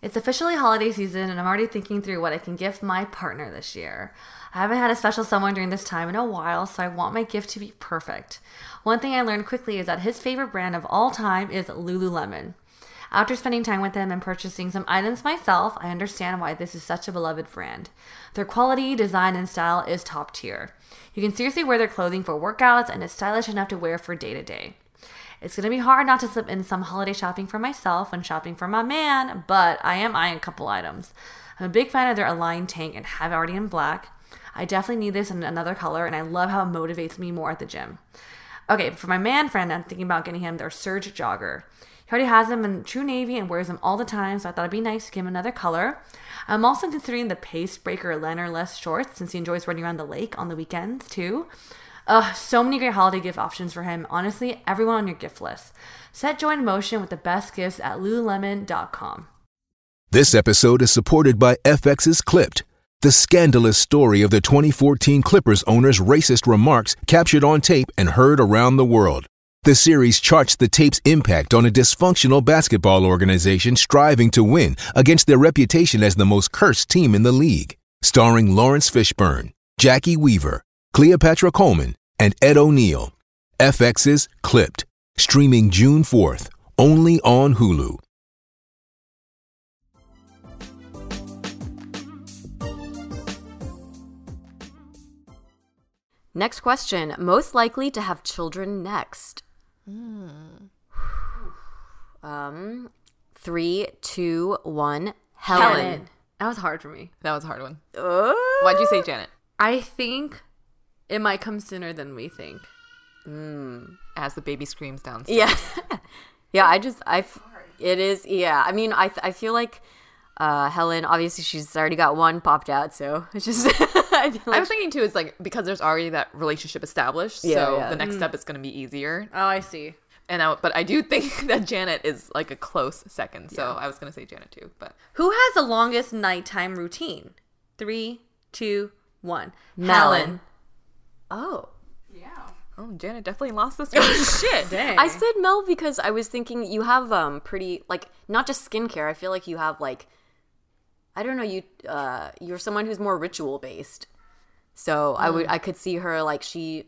[SPEAKER 4] It's officially holiday season, and I'm already thinking through what I can gift my partner this year. I haven't had a special someone during this time in a while, so I want my gift to be perfect. One thing I learned quickly is that his favorite brand of all time is Lululemon. After spending time with him and purchasing some items myself, I understand why this is such a beloved brand. Their quality, design, and style is top tier. You can seriously wear their clothing for workouts, and it's stylish enough to wear for day to day. It's gonna be hard not to slip in some holiday shopping for myself when shopping for my man, but I am eyeing a couple items. I'm a big fan of their Align tank and have it already in black. I definitely need this in another color, and I love how it motivates me more at the gym. Okay, for my man friend, I'm thinking about getting him their Surge Jogger. He already has them in True Navy and wears them all the time, so I thought it'd be nice to give him another color. I'm also considering the Pace Breaker Leonard Less shorts since he enjoys running around the lake on the weekends too. Ugh, so many great holiday gift options for him. Honestly, everyone on your gift list. Set joy in motion with the best gifts at lululemon.com.
[SPEAKER 7] This episode is supported by FX's Clipped, the scandalous story of the 2014 Clippers owner's racist remarks captured on tape and heard around the world. The series charts the tape's impact on a dysfunctional basketball organization striving to win against their reputation as the most cursed team in the league. Starring Lawrence Fishburne, Jackie Weaver, Cleopatra Coleman, and Ed O'Neill. FX's Clipped, streaming June 4th, only on Hulu.
[SPEAKER 2] Next question. Most likely to have children next. Um, three, two, one. Helen.
[SPEAKER 4] That was hard for me.
[SPEAKER 3] That was a hard one.
[SPEAKER 2] Oh.
[SPEAKER 3] Why'd you say Janet?
[SPEAKER 4] I think it might come sooner than we think.
[SPEAKER 3] As the baby screams downstairs.
[SPEAKER 2] Hmm. Yeah. yeah, I just I f- it is yeah. I mean, I th- I feel like uh Helen obviously she's already got one popped out, so it's just I feel
[SPEAKER 3] I
[SPEAKER 2] like
[SPEAKER 3] was thinking too is like because there's already that relationship established,
[SPEAKER 2] Yeah,
[SPEAKER 3] so
[SPEAKER 2] yeah. Hmm.
[SPEAKER 3] the next step is going to be easier.
[SPEAKER 4] Oh, I see.
[SPEAKER 3] And I, but I do think that Janet is like a close second. So I was going to say Janet too, but
[SPEAKER 4] Who has the longest nighttime routine? Three, two, one.
[SPEAKER 2] Melon.
[SPEAKER 4] Helen.
[SPEAKER 2] oh.
[SPEAKER 3] oh, Janet definitely lost this one. Shit.
[SPEAKER 4] Dang.
[SPEAKER 2] I said Mel because I was thinking you have um pretty like not just skincare. I feel like you have like I don't know you uh you're someone who's more ritual based. So I would I could see her like she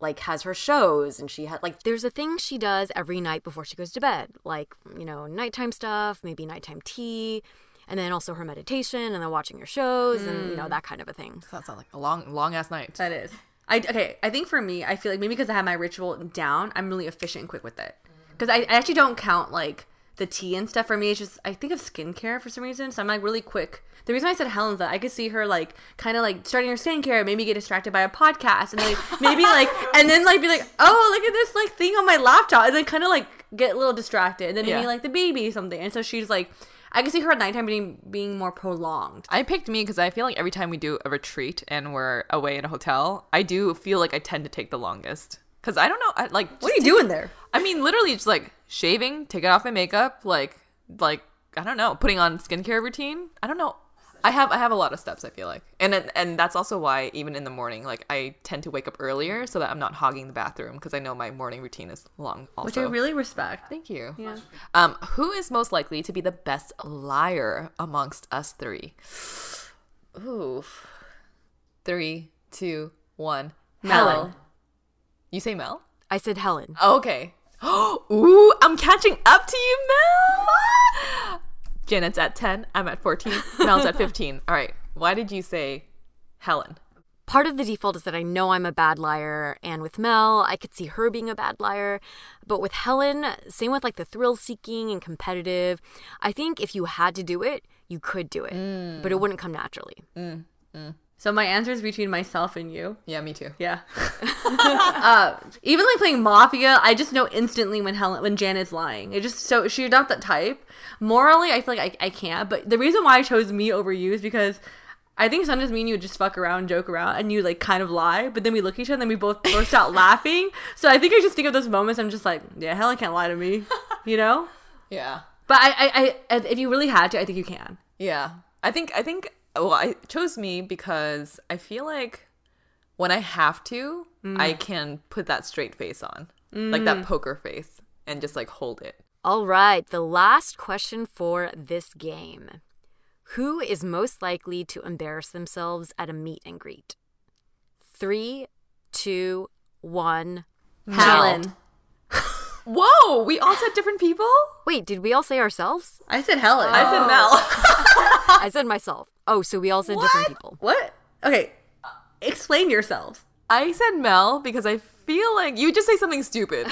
[SPEAKER 2] like has her shows and she had like there's a thing she does every night before she goes to bed like you know nighttime stuff maybe nighttime tea and then also her meditation and then watching your shows and you know that kind of a thing
[SPEAKER 3] That sounds like a long, long ass night.
[SPEAKER 4] That is. I okay. I think for me, I feel like maybe because I have my ritual down, I'm really efficient and quick with it. Because I, I actually don't count like the tea and stuff for me. It's just I think of skincare for some reason, so I'm like really quick. The reason I said Helen's that I could see her like kind of like starting her skincare, maybe get distracted by a podcast, and like maybe like and then like be like, oh look at this like thing on my laptop, and then kind of like get a little distracted, and then
[SPEAKER 3] Yeah.
[SPEAKER 4] maybe like the baby or something. And so she's like, I can see her at nighttime being being more prolonged.
[SPEAKER 3] I picked me because I feel like every time we do a retreat and we're away in a hotel, I do feel like I tend to take the longest. Because I don't know, I, like,
[SPEAKER 4] What are
[SPEAKER 3] just
[SPEAKER 4] you
[SPEAKER 3] take-
[SPEAKER 4] doing there?
[SPEAKER 3] I mean, literally, just like shaving, taking off my makeup, like, like I don't know, putting on skincare routine. I don't know. I have I have a lot of steps. I feel like, and and- and that's also why even in the morning, like I tend to wake up earlier so that I'm not hogging the bathroom because I know my morning routine is long. Also,
[SPEAKER 4] Which I really respect.
[SPEAKER 3] Thank you.
[SPEAKER 4] Yeah.
[SPEAKER 3] Um, who is most likely to be the best liar amongst us three? Ooh. Three, two, one.
[SPEAKER 2] Helen.
[SPEAKER 3] You say Mel?
[SPEAKER 2] I said Helen.
[SPEAKER 3] Oh, okay. Ooh, I'm catching up to you, Mel. Janet's at 10. I'm at 14. Mel's at 15. All right. Why did you say Helen?
[SPEAKER 2] Part of the default is that I know I'm a bad liar, and with Mel, I could see her being a bad liar. But with Helen, same with like the thrill seeking and competitive. I think if you had to do it, you could do it, but it wouldn't come naturally.
[SPEAKER 4] So my answer is between myself and you.
[SPEAKER 3] Yeah, me too.
[SPEAKER 4] Yeah. uh, even like playing Mafia, I just know instantly when Helen when Janet's lying. It just so she's not that type. Morally, I feel like I, I can't. But the reason why I chose me over you is because I think sometimes me and you would just fuck around, joke around, and you like kind of lie. But then we look at each other and then we both burst out laughing. So I think I just think of those moments. I'm just like, yeah, Helen can't lie to me, you know.
[SPEAKER 3] Yeah.
[SPEAKER 4] But I, I, I if you really had to, I think you can.
[SPEAKER 3] Yeah. I think I think well, I chose me because I feel like when I have to, I can put that straight face on. Like that poker face and just like hold it.
[SPEAKER 2] All right, the last question for this game Who is most likely to embarrass themselves at a meet and greet? Three, two, one.
[SPEAKER 4] Helen.
[SPEAKER 3] Whoa, we all said different people?
[SPEAKER 2] Wait, did we all say ourselves?
[SPEAKER 4] I said Helen. Oh.
[SPEAKER 3] I said Mel.
[SPEAKER 2] I said myself. Oh, so we all said different people.
[SPEAKER 4] what? Okay, explain yourselves.
[SPEAKER 3] I said Mel because I feel like you just say something stupid.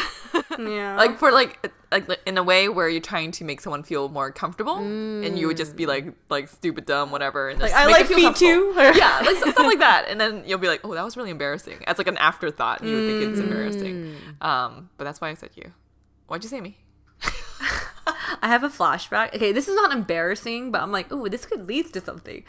[SPEAKER 4] Yeah.
[SPEAKER 3] like for like like like, in a way where you're trying to make someone feel more comfortable and you would just be like like stupid dumb whatever and just
[SPEAKER 4] I
[SPEAKER 3] make
[SPEAKER 4] like
[SPEAKER 3] it feel
[SPEAKER 4] feet
[SPEAKER 3] comfortable.
[SPEAKER 4] too.
[SPEAKER 3] yeah like some- stuff like that and then you'll be like oh that was really embarrassing as like an afterthought and you would think
[SPEAKER 4] Mm.
[SPEAKER 3] it's embarrassing um but that's why i said you why'd you say me
[SPEAKER 4] I have a flashback. Okay, this is not embarrassing, but I'm like, ooh, this could lead to something.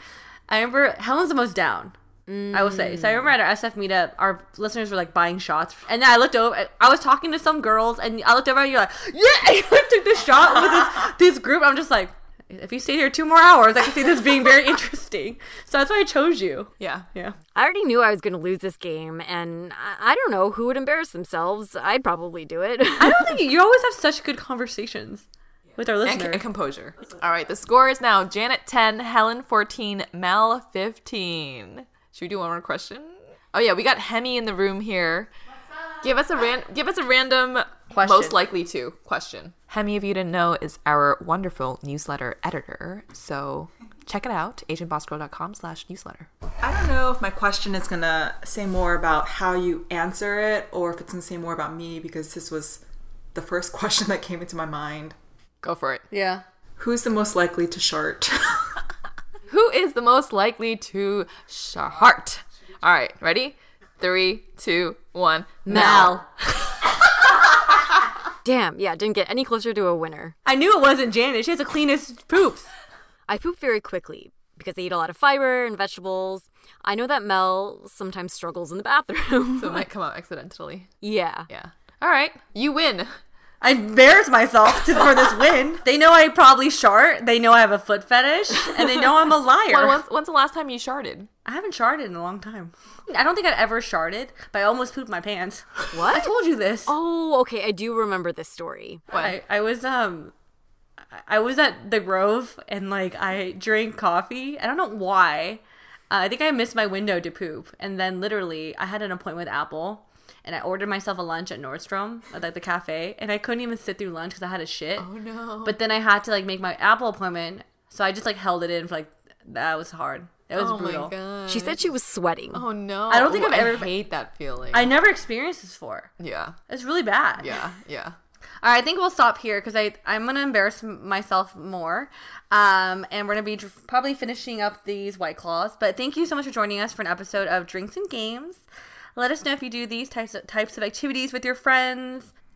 [SPEAKER 4] I remember Helen's the most down. I will say. So I remember at our SF meetup, our listeners were like buying shots, and then I looked over. I was talking to some girls, and I looked over, and you're like, "Yeah!" And I took this shot with this, this group. I'm just like, if you stay here two more hours, I can see this being very interesting. So that's why I chose you.
[SPEAKER 3] yeah
[SPEAKER 4] Yeah.
[SPEAKER 2] I already knew I was going to lose this game, and I-, I don't know who would embarrass themselves. I'd probably do it.
[SPEAKER 4] I don't think you always have such good conversations with our
[SPEAKER 3] and, c-
[SPEAKER 4] listeners.
[SPEAKER 3] and composure all right the score is now janet 10 helen 14 mel 15 should we do one more question oh yeah we got hemi in the room here Give us a ran- give us a random
[SPEAKER 4] Question.
[SPEAKER 3] most likely to question. How many of you didn't know is our wonderful newsletter editor. So check it out, agentbossgirl.com slash newsletter.
[SPEAKER 8] I don't know if my question is going to say more about how you answer it or if it's going to say more about me because this was the first question that came into my mind.
[SPEAKER 3] Go for it.
[SPEAKER 4] yeah.
[SPEAKER 8] Who's the most likely to shart?
[SPEAKER 3] Who is the most likely to shart? All right, ready? Three, two, one.
[SPEAKER 2] Mel. Damn, yeah, didn't get any closer to a winner.
[SPEAKER 4] I knew it wasn't Janet. She has the cleanest poops.
[SPEAKER 2] I poop very quickly because I eat a lot of fiber and vegetables. I know that Mel sometimes struggles in the bathroom.
[SPEAKER 3] So it might come out accidentally.
[SPEAKER 2] yeah.
[SPEAKER 3] Yeah. All right, you win.
[SPEAKER 4] I embarrass myself to, for this win. They know I probably shart. They know I have a foot fetish, and they know I'm a
[SPEAKER 3] When,
[SPEAKER 4] liar.
[SPEAKER 3] when's, when's the last time you sharted?
[SPEAKER 4] I haven't sharted in a long time. I don't think I've ever sharted, but I almost pooped my pants.
[SPEAKER 2] What?
[SPEAKER 4] I told you this.
[SPEAKER 2] Oh, okay, I do remember this story.
[SPEAKER 4] I, I was um, I- I was at the Grove and like I drank coffee. I don't know why. Uh, I think I missed my window to poop, and then literally I had an appointment with Apple. And I ordered myself a lunch at Nordstrom, at like the cafe, and I couldn't even sit through lunch because I had a shit. Oh no! But then I had to like make my Apple appointment, so I just like held it in for like that was hard. It was brutal.
[SPEAKER 2] She said she was sweating.
[SPEAKER 3] Oh no.
[SPEAKER 4] I don't think I've
[SPEAKER 3] I
[SPEAKER 4] ever-
[SPEAKER 3] hate that feeling.
[SPEAKER 4] I never experienced this before.
[SPEAKER 3] yeah.
[SPEAKER 4] It's really bad.
[SPEAKER 3] Yeah. Yeah.
[SPEAKER 4] All right, I think we'll stop here because I I'm gonna embarrass m- myself more, um, and we're gonna be dr- probably finishing up these white claws. But thank you so much for joining us for an episode of Drinks and Games. Let us know if you do these types of, types of activities with your friends.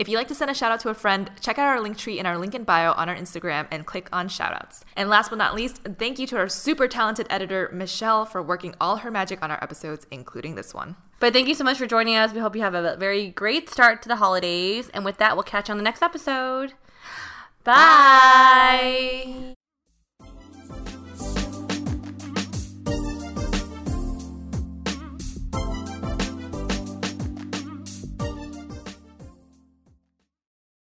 [SPEAKER 3] If you'd like to send a shout out to a friend, check out our link tree in our link in bio on our Instagram and click on shoutouts. And last but not least, thank you to our super talented editor, Michelle, for working all her magic on our episodes, including this one.
[SPEAKER 4] But thank you so much for joining us. We hope you have a very great start to the holidays. And with that, we'll catch you on the next episode. Bye.